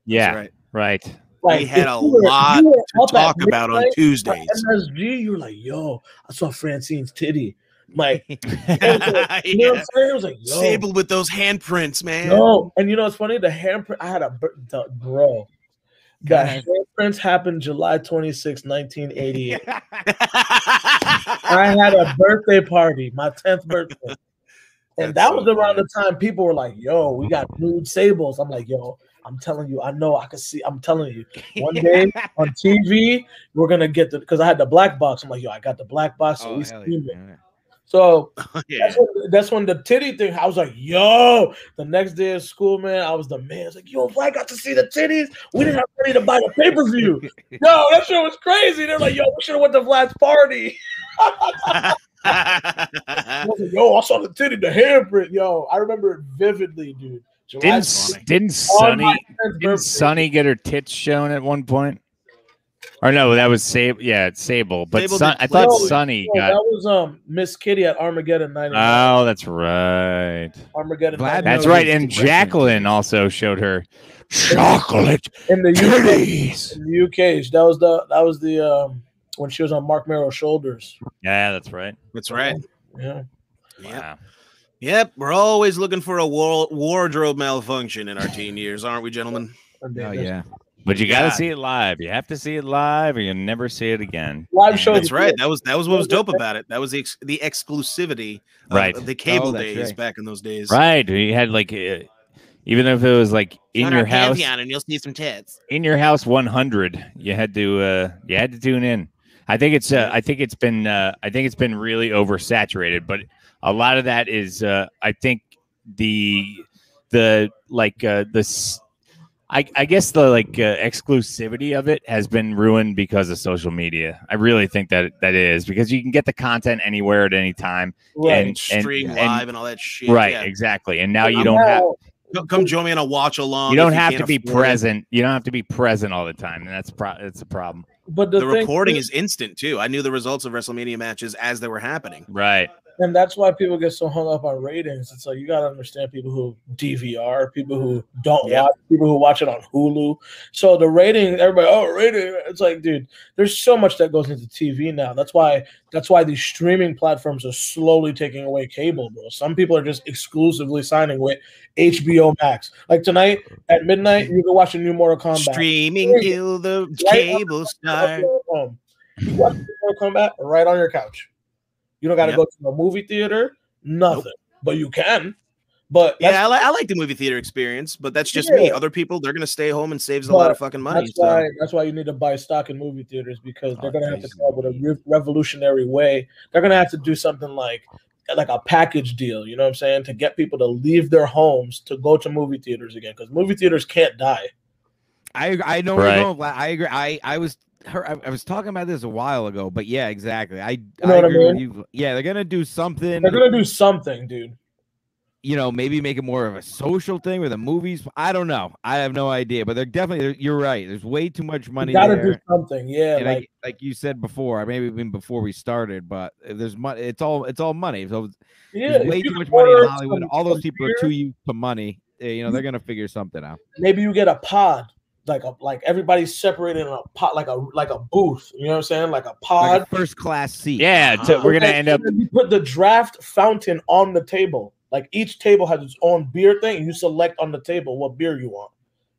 Yeah, that's right. right. Like, had if a you were- if lot you were To up at talk about on midnight, Tuesdays. MSG, you're like, yo, I saw Francine's titty. Like, you know what yeah. I'm saying? It was like, yo, Sable with those handprints, man. No, and you know what's funny? The handprint I had a br- the, bro. The handprints happened July 26, 1988. I had a birthday party, my 10th birthday. And That's that so was around the time people were like, yo, we got nude sables. I'm like, yo, I'm telling you, I know I can see. I'm telling you, one day Oh, on TV, we're gonna get the because I had the black box. I'm like, yo, I got the black box. So, Oh, we hell stream it. yeah. so yeah. that's when, that's when the titty thing. I was like, "Yo!" The next day at school, man, I was the man. I was like, "Yo, if I got to see the titties, we didn't have money to buy the pay per view." Yo, that shit was crazy. They're like, "Yo, we should have went to Vlad's party." I was like, "Yo, I saw the titty, the handprint." Yo, I remember it vividly, dude. July Didn't That's S- funny. didn't 10th Sonny Oh, birthday. didn't Sonny get her tits shown at one point? Or no, that was Sable. Yeah, it's Sable. But Sable Son- did I thought Sable. Sonny No, got. that was um Miss Kitty at Armageddon '99. Oh, that's right. Armageddon. Vlad 99. That's no, right. it's And different. Jacqueline also showed her chocolate in the UK. titties. In the UK, that was the that was the um when she was on Mark Merrill's shoulders. Yeah, that's right. That's right. Yeah. Yep. Wow. Yep. We're always looking for a war- wardrobe malfunction in our teen years, aren't we, gentlemen? And Oh then yeah. But you got to Yeah. see it live. You have to see it live, or you'll never see it again. Live shows. That's right. That was that was what was dope about it. That was the ex- the exclusivity of Right. the cable Oh, that's days right. back in those days. Right. You had like, uh, even if it was like in your house, and you'll see some tits. in your house 100 you had to uh you had to tune in i think it's uh, i think it's been uh, i think it's been really oversaturated but a lot of that is uh i think the the like uh the s- I, I guess the like uh, exclusivity of it has been ruined because of social media. I really think that that is because you can get the content anywhere at any time. Right. and- stream and- live and all that shit. right, yeah. exactly. And now you I'm don't have all- Come- Come join me on a watch along. you don't if have can't to be afford it. present. You don't have to be present all the time, and that's pro- that's a problem. But the, The thing recording is. is instant too. I knew the results of WrestleMania matches as they were happening. Right. And that's why people get so hung up on ratings. It's like you gotta understand people who DVR, people who don't Yep. watch, people who watch it on Hulu. So the rating, everybody, oh rating. It's like, dude, there's so much that goes into TV now. That's why that's why these streaming platforms are slowly taking away cable, bro. Some people are just exclusively signing with HBO Max. Like tonight at midnight, you can watch a new Mortal Kombat. Streaming kill the Right on- cable Right star. from home. Um, You watch Mortal Kombat right on your couch. You don't got to Yep. go to a movie theater, nothing. But you can. But that's, Yeah, I, li- I like the movie theater experience, but that's just me. Yeah. Other people, they're gonna stay home and saves a But lot of fucking money. that's so- why that's why you need to buy stock in movie theaters because they're Oh, gonna have to geez. come up with a re- revolutionary way. They're gonna have to do something like like a package deal, you know what I'm saying, to get people to leave their homes to go to movie theaters again because movie theaters can't die. I ag- I don't Right. know. if I- I agree. I I was her. I, I was talking about this a while ago, but yeah, exactly. I know I what I agree with you. Yeah, they're gonna do something. They're gonna do something, dude. You know, maybe make it more of a social thing with the movies. I don't know. I have no idea, but they're definitely. they're- You're right. There's way too much You money gotta there. do something, yeah. and like, like, like you said before, I maybe even before we started, but if there's money. It's all it's all money. So yeah, there's if way you too can much money order in Hollywood. some- All those some people beer, are too used to money. Eh, You know, they're gonna figure something out. maybe you get a pod like a like everybody's separated in a pot like a like a booth you know what i'm saying like a Like pod a first class seat. Yeah. so we're gonna Okay, end up. you put the draft fountain on the table like each table has its own beer thing and you select on the table what beer you want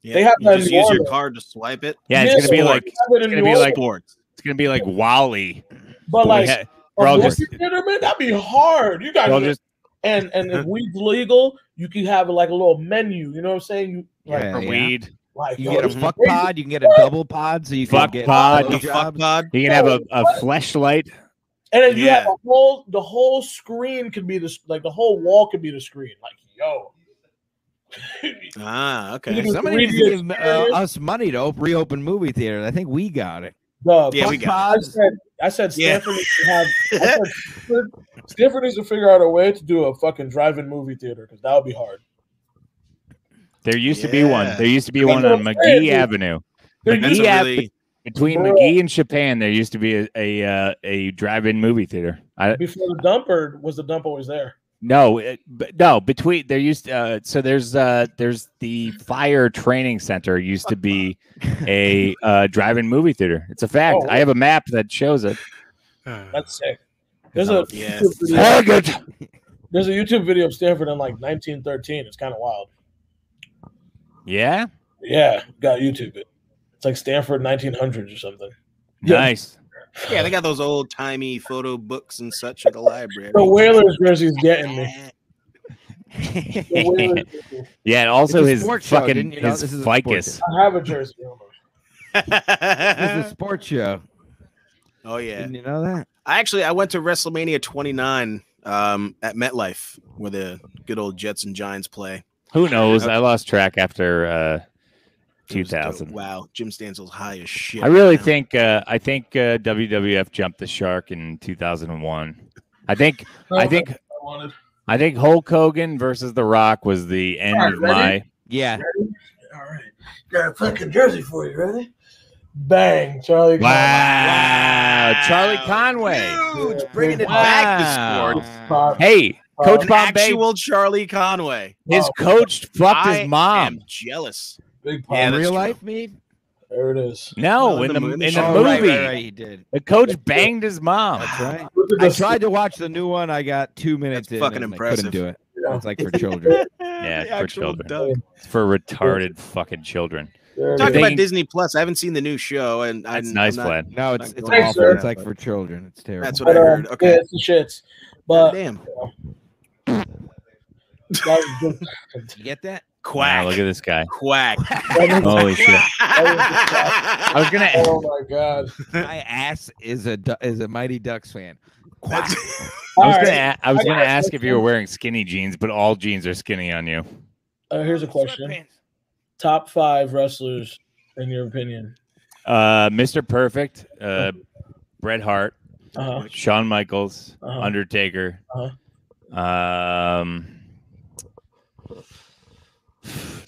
Yeah, They have you that just in use your order. card to swipe it. Yeah, it's gonna be like it's it's gonna be like- Sports. gonna be like Wally. but like yeah, a we're all movie just- theater, man, that'd be hard you we're all guys just and and if weed's legal you can have like a little menu you know what i'm saying you like, Yeah, for yeah. weed. like You yo, get a this is fuck crazy. pod. You can get a double pod. So you Fuck can get pod, blowjobs. The fuck pod. You can have a, a fleshlight. And then you Yeah. have a whole the whole screen could be this like the whole wall could be the screen. Like, yo. Ah, You okay. can- Somebody We needs did to give uh, experience. us money to op- reopen movie theaters. I think we got it. The Yeah, we Fuck got I pods. said I said Yeah. Stanford needs to have I said Stanford, Stanford needs to figure out a way to do a fucking drive-in movie theater because that would be hard. There used to be one. Yeah. There used to be That's one what on I'm McGee saying, dude. Avenue. There Like, That's he a had- really Between Bro. McGee and Chapin, there used to be a a, uh, a drive-in movie theater. I Before the dumper was the dump always there. no, it, but no between there used uh, so there's uh there's the fire training center used to be a uh, drive-in movie theater. It's a fact. Oh. I have a map that shows it. That's sick. There's a Yeah. YouTube video, Haggard. there's a YouTube video of Stanford in like 1913. It's kind of wild. Yeah, Yeah, got YouTube it. It's like Stanford 1900s or something. Yeah. nice. yeah, they got those old timey photo books and such at the library. The Whalers jersey's getting me. The Whalers jersey. Yeah, and also It's a his sports show, fucking didn't you know? his This is a sports ficus. I have a jersey. hold on. This is a sports show. oh yeah. Didn't you know that? I actually I went to WrestleMania 29 um, at MetLife where the good old Jets and Giants play. Who knows? I lost track after uh, It was dope. 2000. Wow, Jim Stansel's high as shit. I really right now. think uh, I think uh, WWF jumped the shark in 2001. I think I think I wanted. I think Hulk Hogan versus The Rock was the end Alright, of my. ready? Yeah. All right, got a fucking jersey for you, ready? Bang, Charlie. Wow. Charlie Conway. Huge, Yeah. bringing it Wow. back to sports. Conway. Hey, Uh, Coach An Bombay. actual Charlie Conway. his Wow. Oh. coach fucked I his mom. am jealous. Big pop. Yeah, In that's real true. life, me. There it is. No, in the in the movie, oh, Right, right, right, he did. the coach banged his mom. That's right. Look at I this. tried to watch the new one. I got two minutes That's in. fucking and I impressive. couldn't do it. Yeah, It's like for children. Yeah, The for actual children. Doug. It's for retarded fucking children. there it Talk is. They- about Disney Plus. I haven't seen the new show, and I- That's I'm nice, not- Vlad. No, it's Not it's going to awful. sir. It's like for children. It's terrible. That's what But, I uh, heard. yeah, Okay, it's the shits. But damn, that was just- you get that? Wow, quack, look at this guy. quack. Oh. that was- Holy shit. I was gonna. oh my god! My ass is a du- is a Mighty Ducks fan. That's- I All was right, gonna. a- I was I got gonna a ask if you were question. wearing skinny jeans, but all jeans are skinny on you. uh, here's a question. top five wrestlers in your opinion? Uh, Mr. Perfect, uh, Bret Hart, Uh, Shawn Michaels, Uh-huh. Undertaker. Um,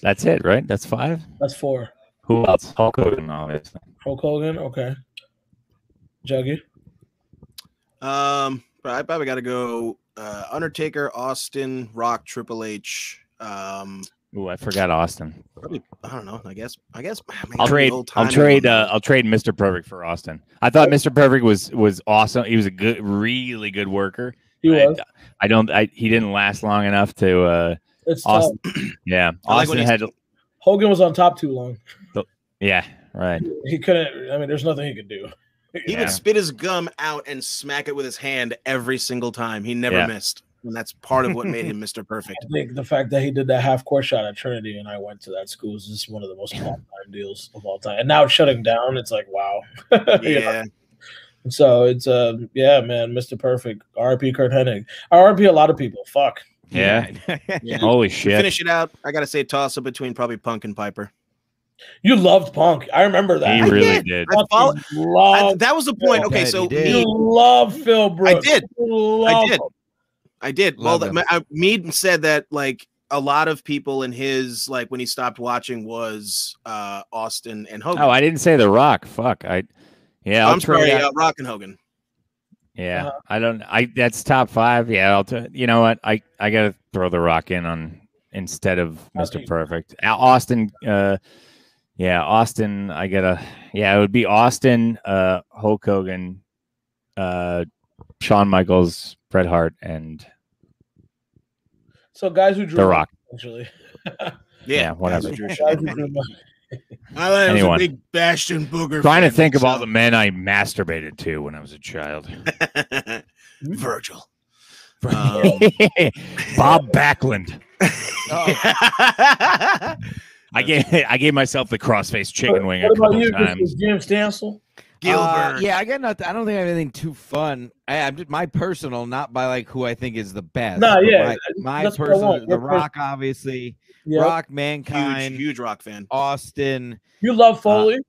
that's it, right? That's five. that's four. Who else? Hulk Hogan, obviously. Hulk Hogan, okay. Juggy, Um, but I probably got to go uh, Undertaker, Austin, Rock, Triple H. Um, Ooh, I forgot Austin. I don't know. I guess. I guess. ah, I mean, I'll that'd be trade. I'll old-timey trade. one. Uh, I'll trade Mr. Perfect for Austin. I thought Mr. Perfect was was awesome. He was a good, really good worker. he I, was. I don't. I, he didn't last long enough to. Uh, It's tough. Austin. Yeah, I like Austin when he's- had. Hogan was on top too long. Yeah, right. He couldn't. I mean, there's nothing he could do. He Yeah. would spit his gum out and smack it with his hand every single time. He never Yeah. missed. And that's part of what made him Mr. Perfect. I think the fact that he did that half court shot at Trinity and I went to that school is just one of the most all time deals of all time. And now it's shutting down, it's like wow. You know? Yeah. So it's uh yeah, man, Mr. Perfect, RP Kurt Hennig, RP a lot of people. Fuck. Yeah. yeah. Holy shit. Finish it out. I got to say, toss up between probably Punk and Piper. You loved Punk. I remember that. He You really did. I follow- fucking Oh, I- loved, that was the point. yeah, Okay, he so did. you me, love Phil Brooks. did. You I love did. him. I did. Well, Love that, him. I, Mead said that like a lot of people in his like when he stopped watching was uh Austin and Hogan. Oh, I didn't say The Rock. Fuck. I. Yeah, I'll I'm sorry, trade out- uh, Rock and Hogan. Yeah, Uh-huh. I don't. I that's top five. Yeah, I'll. T- you know what? I I gotta throw the rock in on instead of Mister Okay. Perfect. Al- Austin. Uh, yeah, Austin. I gotta. Yeah, it would be Austin, uh, Hulk Hogan, uh, Shawn Michaels, Bret Hart, and So guys who drew The Rock. actually. Yeah, Yeah, whatever. Guys who drew money. I thought Anyone. was a big Bastion Booger. Trying to fan think of all the myself. men I masturbated to when I was a child. Virgil. Um, Bob Backlund. Oh. Uh, I gave I gave myself the crossface chicken wing a What about couple you, times. Mr. James Stancil? Gilbert. Uh, yeah, I got nothing. I don't think I have anything too fun. I, am just my personal, not by like who I think is the best. No, but yeah, my- My, that's what I personal, want. The Your pers- Rock, obviously. Yeah. Rock, huge, Mankind, huge rock fan. Austin. You love Foley?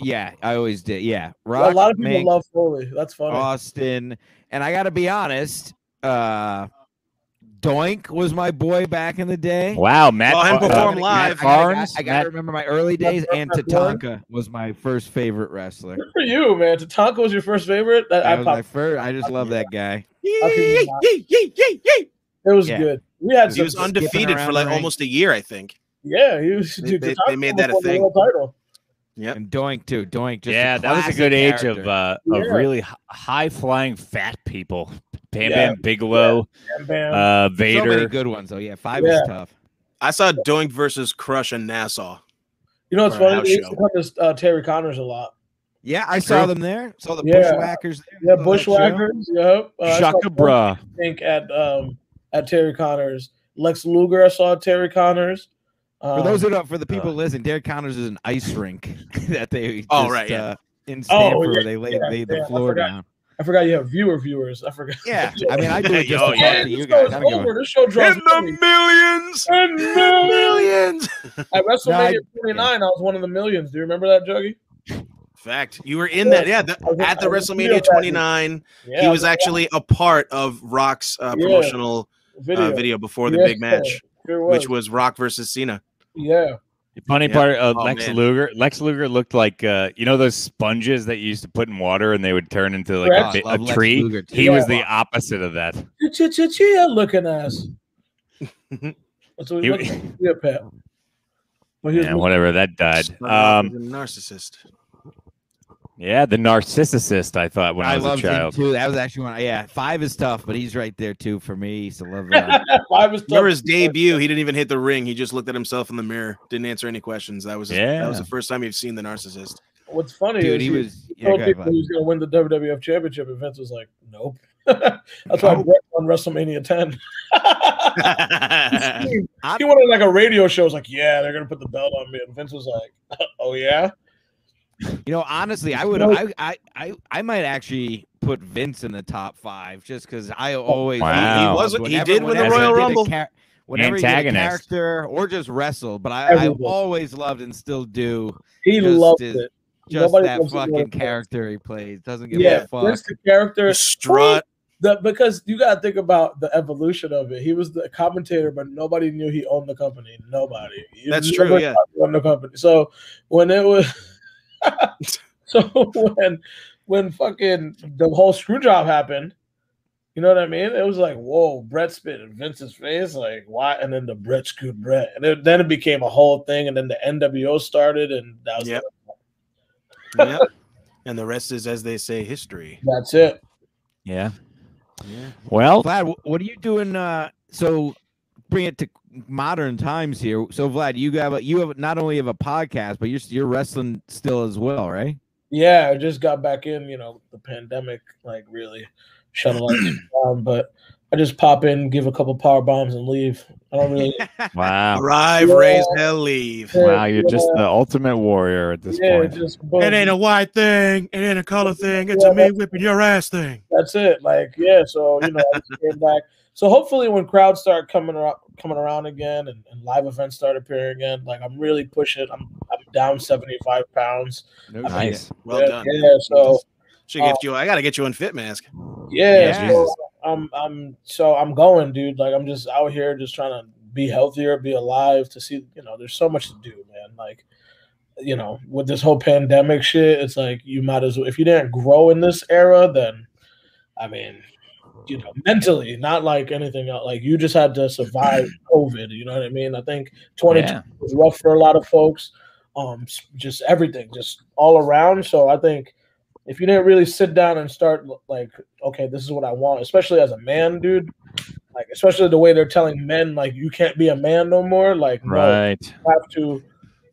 Yeah, I always did. Yeah, Rock. Uh, a lot of people Man- love Foley. That's funny. Austin. And I got to be honest, uh, Doink was my boy back in the day. Wow, Matt. Saw him Bar- perform I gotta- live. I gotta- I gotta- Barnes, I got Matt- to remember my early days, and Matt Barnes. Tatanka was my first favorite wrestler. Good for you, man. Tatanka was your first favorite. That, That I was my popped. first. I just love that guy. Okay. It was Yeah. good. We had He was some- undefeated for around like the ring. almost a year, I think. Yeah, he was. They- dude, they- Tatanka they made that a won the thing. world Title. Yep. And Doink too. Doink just a yeah, that was a classic good age of character. uh, Yeah. of really high flying fat people. Bam Yeah. Bam Bigelow, Bam, bam. uh, so many Vader. good ones though. Yeah, five Yeah. is tough. I saw Doink versus Crush in Nassau. you know what's for a funny? house They used to show. come to uh, Terry Connors a lot. Yeah, I saw True. them there. Saw the Yeah. bushwhackers there. Yeah, Saw that show. Bushwhackers. Yep. Uh, I saw Shaka Bra. Pink at um at Terry Connors. Lex Luger. I saw at Terry Connors. Um, For those who don't, for the people uh, who listen, Derek Connors is an ice rink that they. Just, Oh, right, yeah. Uh, in Stanford, Oh, yeah, where they laid, yeah, laid yeah, the I floor forgot. down. I forgot you have viewer viewers. I forgot. Yeah, I mean, I do it just Oh, to yeah. talk to This you show guys. is I don't give a- over. This show draws In the millions, millions. In millions. millions. At WrestleMania I- 29, I was one of the millions. Do you remember that, Juggy? Fact, you were in that. Yeah, the- I was- at the I was WrestleMania video 29, Yeah, he I was actually a part of Rock's uh, Yeah. promotional video, Uh, video before the Yes, big match, sir. Sure which was Rock versus Cena. yeah. Funny Yeah. part, uh, Oh, Lex man. Luger. Lex Luger looked like uh, you know those sponges that you used to put in water and they would turn into like Correct. a, bi- Love a Lex tree. Luger, too. He Yeah. was the opposite of that. Chia looking ass. That's what he He- looked like. Yeah, Pat. But he was Yeah, whatever. That died. Rock was Um, a narcissist. yeah, the narcissist. I thought when I, I was love a child. too. That was actually one. Yeah, five is tough, but he's right there too for me. So love uh, that. I was Remember his debut? He didn't even hit the ring. He just looked at himself in the mirror, didn't answer any questions. That was that was Yeah. the first time you've seen the narcissist. What's funny Dude, is he was. Yeah, told go ahead, people Vlad. he was going to win the WWF Championship, and Vince was like, "Nope." That's why Brett won WrestleMania 10. yeah, he went on like a radio show. Was like, "Yeah, they're going to put the belt on me," and Vince was like, "Oh yeah." You know, honestly, I would. I, I, I, I might actually put Vince in the top five just because I always. Oh, Wow. He was- he whenever- did win the whenever Royal I did Rumble. char- whenever he did a Antagonist. character or just wrestle. But I, I've Everyone. always loved and still do He Just loved his- it. just Nobody that loves it more fucking than Vince. character he plays. Doesn't give Yeah, a fuck. Vince the character. The strut. The, because you gotta think about the evolution of it. He was the commentator, but nobody knew he owned the company. Nobody. You That's never true, yeah. thought he owned the company. So when it was, so when when fucking the whole screw job happened, you know what I mean? It was like, whoa, Brett spit in Vince's face, like why? And then the Brett screwed Brett, and it, then it became a whole thing. And then the NWO started, and that was Yep. yeah. And the rest is, as they say, history. that's it. Yeah. Yeah. Well, Vlad, wh- what are you doing? Uh, so bring it to modern times here. So Vlad, you have a, you have not only have a podcast, but you're s- you're wrestling still as well, right? Yeah, I just got back in. You know, the pandemic like really shut a lot of things down. But I just pop in, give a couple power bombs, and leave. I don't really. Oh. wow. Arrive, Yeah. raise, hell, leave. Wow, you're just the ultimate warrior at this yeah, point. just It boom. ain't a white thing. It ain't a color thing. It's a me whipping your ass thing. that's it. Like yeah, so you know, I just came back. So hopefully, when crowds start coming around, coming around again, and, and live events start appearing again, like I'm really pushing. I'm I'm down 75 pounds. No nice. Well yeah, done. Yeah, so uh, Should get you. I gotta get you in fit mask. yeah, Yeah. so I'm I'm so I'm going, dude. Like I'm just out here just trying to be healthier, be alive to see, you know, there's so much to do, man. Like you know, with this whole pandemic shit, it's like you might as well if you didn't grow in this era, then I mean, you know, mentally, not like anything else. Like you just had to survive COVID, you know what I mean? I think 2020 Yeah. was rough for a lot of folks. Um, s- just everything, just all around. So I think if you didn't really sit down and start like, okay, this is what I want, especially as a man, dude. Like, especially the way they're telling men, like, you can't be a man no more. Like, no, Right. you have to,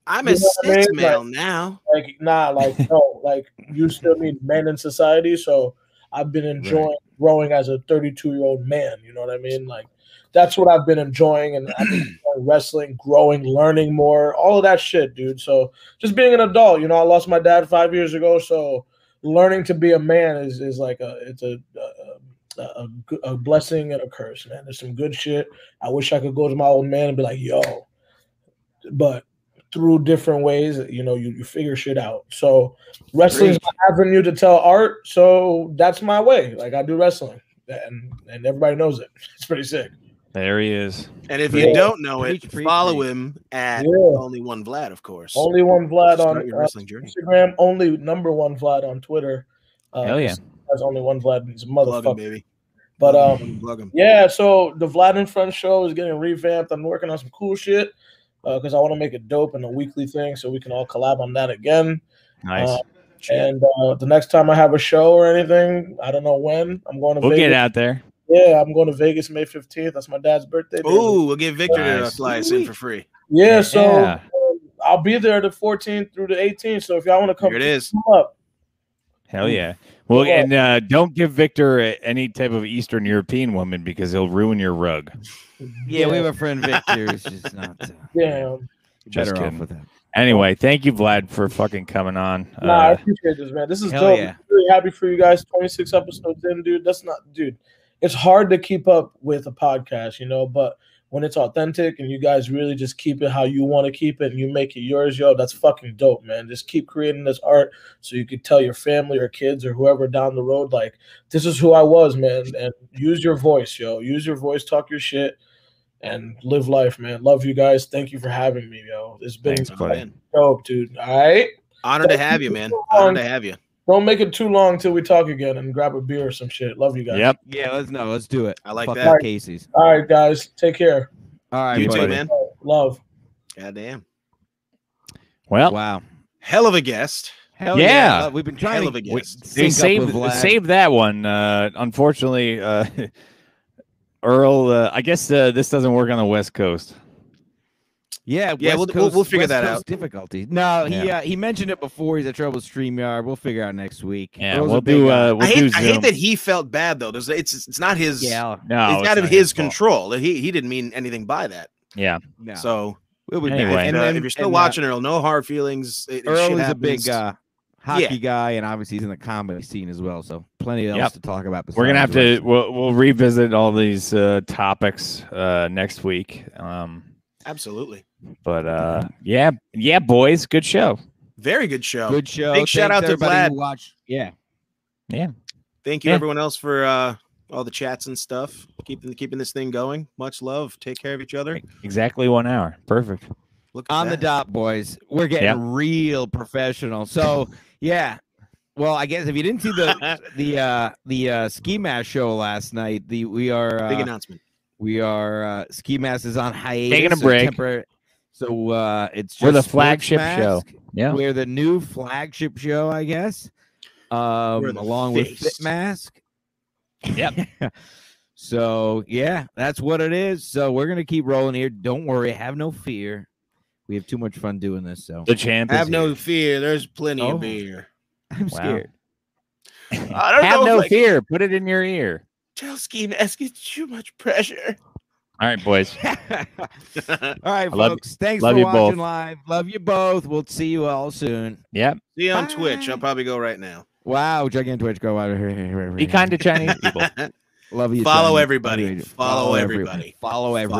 I'm You a know what I six mean? male now. like, nah, like, no, like, you still need men in society. So I've been enjoying growing as a 32 year old man. You know what I mean? Like, that's what I've been enjoying, and I've been enjoying wrestling, growing, learning more, all of that shit, dude. So just being an adult, you know, I lost my dad five years ago, so learning to be a man is is like a it's a a, a, a g- a blessing and a curse, man. There's some good shit. I wish I could go to my old man and be like, yo, but through different ways, you know, you, you figure shit out. So wrestling's my avenue to tell art, so that's my way. Like I do wrestling. And and everybody knows it. It's pretty sick. There he is. And if Yeah. you don't know it, Preach, preach, follow preach. him at Yeah. only one Vlad, of course. Only one Vlad Start on your uh, wrestling journey. Instagram. Only number one Vlad on Twitter. Uh, Hell yeah. That's only one Vlad. He's a Plug him, motherfucker. baby. But Plug um, him, plug him. yeah. So the Vlad in Front show is getting revamped. I'm working on some cool shit because I want to make it dope and a weekly thing so we can all collab on that again. Nice. Uh, And uh, the next time I have a show or anything, I don't know when. I'm going to we'll Vegas. get out there. Yeah, I'm going to Vegas May 15th. That's my dad's birthday. dude. Ooh, we'll get Victor to Nice. fly us in for free. Yeah. So Yeah. um, I'll be there the 14th through the 18th. So if y'all want to come, Here it is. come up. Hell Mm. yeah. Well, Yeah. and uh, don't give Victor a- any type of Eastern European woman because he'll ruin your rug. Yeah, we have a friend Victor who's just not uh, Damn. Just better off kidding. with that. Anyway, thank you, Vlad, for fucking coming on. Nah, I Uh, appreciate this, man. This is hell dope. yeah. I'm really happy for you guys. 26 episodes in, dude. That's not, dude. It's hard to keep up with a podcast, you know, but when it's authentic and you guys really just keep it how you want to keep it and you make it yours, yo, that's fucking dope, man. Just keep creating this art so you could tell your family or kids or whoever down the road, like, this is who I was, man. And use your voice, yo. Use your voice, talk your shit, and live life, man. Love you guys. Thank you for having me, yo. It's been Thanks, buddy. Man, dope, dude. All right. Honored to have you, man. Honored to have you. Don't make it too long till we talk again and grab a beer or some shit. Love you guys. yep. Yeah, let's no, let's do it. I like Fuck that. up Casey's. All right, guys. Take care. All right, You too, buddy. man. Love. Goddamn. Well, Wow. Hell of a guest. Hell Yeah. Uh, We've been Hell trying to of a w- guest. They sync up saved, with Vlad. saved that one. Uh, unfortunately, uh, Earl, uh, I guess uh, this doesn't work on the West Coast. Yeah, Yeah, West we'll- we'll- Coast, we'll figure West that Coast out. Difficulty. No, he Yeah. uh, he mentioned it before. He's at trouble with Streamyard. We'll figure out next week. Yeah, Earl's a we'll big do. guy. Uh, we'll I do hate, I Zoom. hate that he felt bad though. There's, it's it's not his. yeah, no, it's out of not his fault. control. He he didn't mean anything by that. Yeah, no. So it was Anyway. if, and uh, then- if you're still and, uh, watching Earl, no hard feelings. It, it Earl shit is a big happens. uh, hockey guy, and obviously he's in the comedy scene as well. So plenty else Yep. to talk about. We're gonna have besides to wrestling. we'll, we'll revisit all these uh, topics uh, next week. Um, Absolutely. but uh, yeah, yeah, boys, good show. Very good show. Good show. Big shout Thanks out to everybody Vlad. Who watched. Yeah. Thank you Yeah. everyone else for uh all the chats and stuff. Keeping keeping this thing going. Much love. Take care of each other. Exactly one hour, perfect. Look at on the that. dot, boys. We're getting Yep. real professional. So yeah. Well, I guess if you didn't see the the uh the uh ski mask show last night, the we are Big uh, announcement. we are uh ski mask is on hiatus. a so break. tempor- So uh it's just We're the Sports flagship show. Mask. Yeah, We're the new flagship show, I guess. Um the along with Fit face. Mask. Yep. so yeah, that's what it is. So we're gonna keep rolling here. Don't worry, have no fear. We have too much fun doing this, so the champ. is Have here. no fear. There's plenty Oh. of beer. I'm Wow. scared. I don't have know no if I- fear. Put it in your ear. Tell Ski Mask it's too much pressure. All right, boys. See all right, I love- folks. Thanks love for you watching both. live. Love you both. We'll see you all soon. Yep. you on Bye. Twitch. I'll probably go right now. Wow, gigantic Twitch, go out. Be kind to Chinese people. Love you. Follow Johnny. everybody. Love you. Follow every- everybody. Follow everybody.